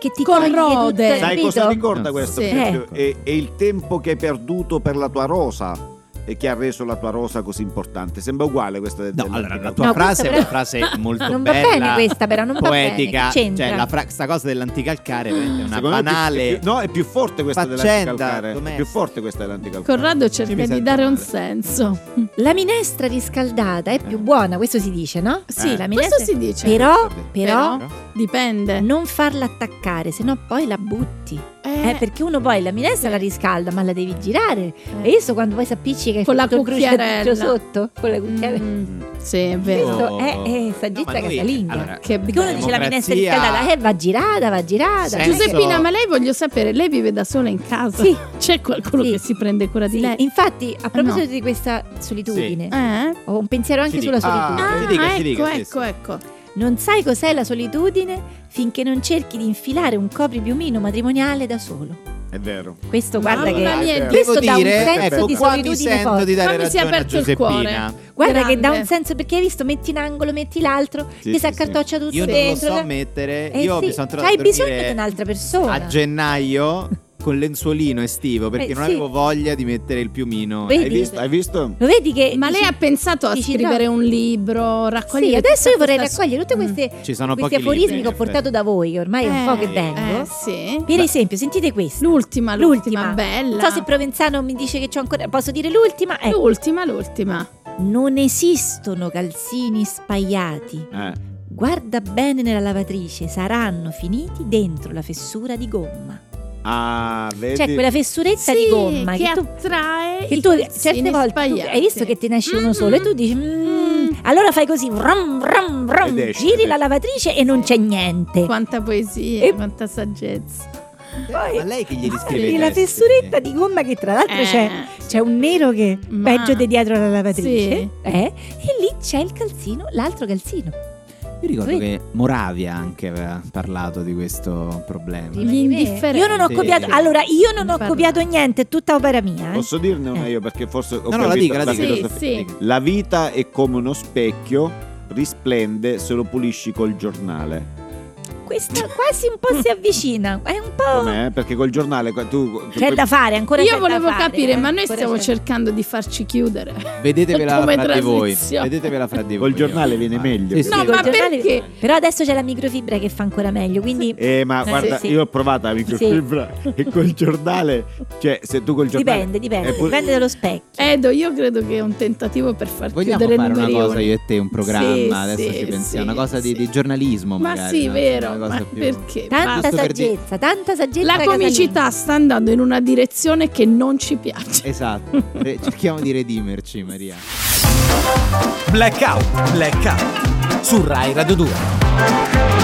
Speaker 3: Che ti
Speaker 5: Corrode.
Speaker 3: toglie tutta,
Speaker 5: Sai
Speaker 4: Sai
Speaker 3: capito?
Speaker 4: cosa mi corda
Speaker 2: No,
Speaker 4: questo?
Speaker 5: sì.
Speaker 4: per
Speaker 3: Ecco.
Speaker 4: esempio?
Speaker 2: Eh.
Speaker 4: È, è il tempo che hai perduto per la tua rosa e che ha reso la tua rosa così importante. Sembra uguale questa del-
Speaker 2: No,
Speaker 4: del-
Speaker 2: allora la
Speaker 4: del-
Speaker 2: tua
Speaker 3: No, questa
Speaker 2: frase è
Speaker 3: però-
Speaker 2: una frase molto
Speaker 3: Non va
Speaker 2: bella.
Speaker 3: bene questa, però, non va bene,
Speaker 2: poetica.
Speaker 3: che c'entra?
Speaker 2: Cioè, la fra- sta cosa dell'anticalcare veramente, è una
Speaker 4: Secondo me è più-
Speaker 2: banale.
Speaker 4: è più- no, è più forte questa
Speaker 2: faccenda
Speaker 4: dell'anticalcare. È
Speaker 2: domestica.
Speaker 4: più forte questa dell'anticalcare.
Speaker 5: Corrado
Speaker 2: Sì, mi
Speaker 5: cerca di
Speaker 2: sento
Speaker 5: dare un
Speaker 2: male.
Speaker 5: senso.
Speaker 3: La minestra riscaldata è più buona, questo si dice, no?
Speaker 5: Sì,
Speaker 2: Eh.
Speaker 3: la
Speaker 5: questo
Speaker 3: minestra.
Speaker 5: si dice.
Speaker 3: Però,
Speaker 4: Però-
Speaker 3: però,
Speaker 5: Dipende.
Speaker 3: non farla attaccare, sennò poi la butti.
Speaker 5: Eh,
Speaker 3: Eh, perché uno poi la minestra la riscalda, ma la devi girare.
Speaker 5: eh.
Speaker 3: E io so quando poi si appiccica
Speaker 5: Con la
Speaker 3: tutto il
Speaker 5: cucchiarella.
Speaker 3: cruscotto sotto, con la cucchiarella.
Speaker 5: Mm, sì, è vero.
Speaker 3: Questo è, è
Speaker 2: No, ma
Speaker 3: saggezza
Speaker 2: noi-
Speaker 3: casalinga.
Speaker 2: allora,
Speaker 5: Che
Speaker 3: perché uno
Speaker 5: bello.
Speaker 3: dice la minestra
Speaker 2: democrazia-
Speaker 3: riscaldata, eh, va girata, va girata.
Speaker 2: Senso-
Speaker 5: Giuseppina, ma lei voglio sapere, lei vive da sola in casa?
Speaker 3: Sì.
Speaker 5: C'è qualcuno
Speaker 3: Sì.
Speaker 5: che si prende cura di
Speaker 3: Sì,
Speaker 5: lei?
Speaker 3: Infatti, a proposito
Speaker 5: no.
Speaker 3: di questa solitudine,
Speaker 5: Eh?
Speaker 3: ho un pensiero anche
Speaker 2: Ci
Speaker 3: sulla
Speaker 2: dica.
Speaker 3: solitudine.
Speaker 2: Ah,
Speaker 5: Ah,
Speaker 2: ci Ah, dica,
Speaker 5: ecco,
Speaker 2: ci dica, sì,
Speaker 5: ecco,
Speaker 2: sì.
Speaker 5: ecco.
Speaker 3: Non sai cos'è la solitudine finché non cerchi di infilare un copripiumino matrimoniale da solo.
Speaker 4: È vero.
Speaker 3: Questo
Speaker 5: Mamma
Speaker 3: guarda che
Speaker 5: mia,
Speaker 4: Devo
Speaker 3: questo
Speaker 2: Devo
Speaker 3: dà un
Speaker 2: dire,
Speaker 3: senso
Speaker 2: ecco
Speaker 3: di
Speaker 2: qua mi
Speaker 3: solitudine
Speaker 2: sento
Speaker 3: forte.
Speaker 2: di dare
Speaker 5: Qua mi si è
Speaker 2: ragione a
Speaker 5: aperto il
Speaker 2: Giuseppina.
Speaker 3: Guarda che dà
Speaker 5: Grande.
Speaker 3: un senso perché hai visto metti in angolo, metti l'altro,
Speaker 4: Sì,
Speaker 3: ti
Speaker 4: sì,
Speaker 3: si accartoccia tutto
Speaker 2: Io non lo
Speaker 3: dentro.
Speaker 2: so mettere.
Speaker 3: Eh
Speaker 2: Io
Speaker 3: sì,
Speaker 2: mi sono
Speaker 3: cioè,
Speaker 2: trovato
Speaker 3: hai
Speaker 2: a
Speaker 3: bisogno
Speaker 2: dormire
Speaker 3: di un'altra persona.
Speaker 2: A gennaio con lenzuolino estivo perché
Speaker 3: Eh,
Speaker 2: non
Speaker 3: sì.
Speaker 2: avevo voglia di mettere il piumino.
Speaker 3: Vedi?
Speaker 4: Hai visto? Hai visto?
Speaker 3: Lo vedi che
Speaker 5: Ma lei
Speaker 3: dici-
Speaker 5: ha pensato a
Speaker 3: dici,
Speaker 5: scrivere
Speaker 3: no.
Speaker 5: un libro,
Speaker 3: Sì,
Speaker 5: raccogliere
Speaker 3: adesso io
Speaker 5: tutta
Speaker 3: vorrei
Speaker 5: questa-
Speaker 3: raccogliere tutte
Speaker 5: Mm.
Speaker 3: queste
Speaker 2: Ci sono
Speaker 3: questi
Speaker 2: pochi libri,
Speaker 3: aforismi
Speaker 2: in
Speaker 3: che ho
Speaker 2: effetti.
Speaker 3: portato da voi, che ormai è un po' che
Speaker 5: Eh,
Speaker 3: vengo.
Speaker 5: Eh, sì.
Speaker 3: Per esempio, sentite questa.
Speaker 5: L'ultima, l'ultima,
Speaker 3: L'ultima.
Speaker 5: bella.
Speaker 3: Non so se Provenzano mi dice che c'ho ancora. Posso dire l'ultima? Ecco.
Speaker 5: L'ultima, l'ultima.
Speaker 3: Non esistono calzini spaiati.
Speaker 4: Eh.
Speaker 3: Guarda bene nella lavatrice, saranno finiti dentro la fessura di gomma.
Speaker 4: Ah, vedi?
Speaker 3: Cioè quella fessuretta
Speaker 5: Sì,
Speaker 3: di gomma
Speaker 5: che,
Speaker 3: che, tu
Speaker 5: attrae
Speaker 3: che
Speaker 5: i
Speaker 3: tu
Speaker 5: calzini
Speaker 3: certe volte tu-
Speaker 5: spaiati.
Speaker 3: hai visto che te ne esce
Speaker 5: Mm-hmm.
Speaker 3: uno solo e tu dici "Mm".
Speaker 5: Mm.
Speaker 3: allora fai così vrum, vrum, vrum,
Speaker 4: Ed esce,
Speaker 3: giri
Speaker 4: ed
Speaker 3: la
Speaker 4: esce.
Speaker 3: lavatrice e non c'è niente
Speaker 5: Quanta poesia,
Speaker 3: eh." E-
Speaker 5: quanta saggezza.
Speaker 2: Ma lei che glieli scrive?
Speaker 3: Guardi
Speaker 2: i
Speaker 3: la
Speaker 2: testi?
Speaker 3: fessuretta di gomma che tra l'altro
Speaker 5: Eh.
Speaker 3: c'è, c'è un nero che
Speaker 5: Ma-
Speaker 3: peggio di dietro la lavatrice
Speaker 5: Sì.
Speaker 3: eh, e lì c'è il calzino l'altro calzino
Speaker 2: Io ricordo
Speaker 3: Sì.
Speaker 2: che Moravia anche aveva parlato di questo problema.
Speaker 5: Gli indifferenti.
Speaker 3: io non ho
Speaker 2: Sì,
Speaker 3: copiato
Speaker 2: sì.
Speaker 3: allora io non ho
Speaker 5: Infatti.
Speaker 3: copiato niente è tutta opera mia eh.
Speaker 4: Posso dirne una
Speaker 3: Eh.
Speaker 4: io perché forse ho
Speaker 2: No, no, la
Speaker 4: capito
Speaker 2: dica, la
Speaker 5: Sì,
Speaker 2: dica.
Speaker 5: filosofia. sì.
Speaker 4: La vita è come uno specchio, risplende se lo pulisci col giornale.
Speaker 3: questa quasi un po' si avvicina è un po'
Speaker 4: Com'è? eh? Perché col giornale qua- tu, tu-
Speaker 3: c'è da fare ancora c'è
Speaker 5: Io
Speaker 3: da
Speaker 5: volevo
Speaker 3: fare,
Speaker 5: capire,
Speaker 3: eh,
Speaker 5: ma noi
Speaker 3: ancora
Speaker 5: stiamo
Speaker 3: c'è.
Speaker 5: cercando di farci chiudere.
Speaker 2: Vedetevela
Speaker 5: Come
Speaker 2: fra di voi.
Speaker 5: transizione.
Speaker 2: Vedetevela fra di voi.
Speaker 4: Col giornale viene
Speaker 2: Ma-
Speaker 4: meglio.
Speaker 2: Sì, sì.
Speaker 5: No,
Speaker 3: col
Speaker 5: ma
Speaker 3: giornale-
Speaker 5: perché?
Speaker 3: però adesso c'è la microfibra che fa ancora meglio quindi
Speaker 4: Eh, ma
Speaker 3: Sì,
Speaker 4: guarda,
Speaker 3: sì.
Speaker 4: io ho provato la microfibra e col giornale, cioè se tu col giornale
Speaker 3: dipende dipende
Speaker 4: è pure-
Speaker 3: dipende dallo specchio
Speaker 5: Edo, io credo che è un tentativo per far
Speaker 2: Vogliamo
Speaker 5: chiudere
Speaker 2: fare una
Speaker 5: numeri
Speaker 2: cosa io e te, un programma,
Speaker 5: Sì,
Speaker 2: adesso
Speaker 5: sì,
Speaker 2: ci pensiamo,
Speaker 5: sì,
Speaker 2: una cosa di,
Speaker 5: sì.
Speaker 2: di giornalismo
Speaker 5: Ma
Speaker 2: magari.
Speaker 5: sì,
Speaker 2: no?
Speaker 5: vero,
Speaker 2: Una cosa
Speaker 5: ma
Speaker 2: più-
Speaker 5: perché?
Speaker 3: tanta
Speaker 2: Giusto per dire-
Speaker 3: saggezza tanta saggezza
Speaker 5: La
Speaker 3: casalinga.
Speaker 5: comicità sta andando in una direzione che non ci piace.
Speaker 2: Esatto, Re- cerchiamo di redimerci Maria.
Speaker 13: Blackout, blackout su Rai Radio 2.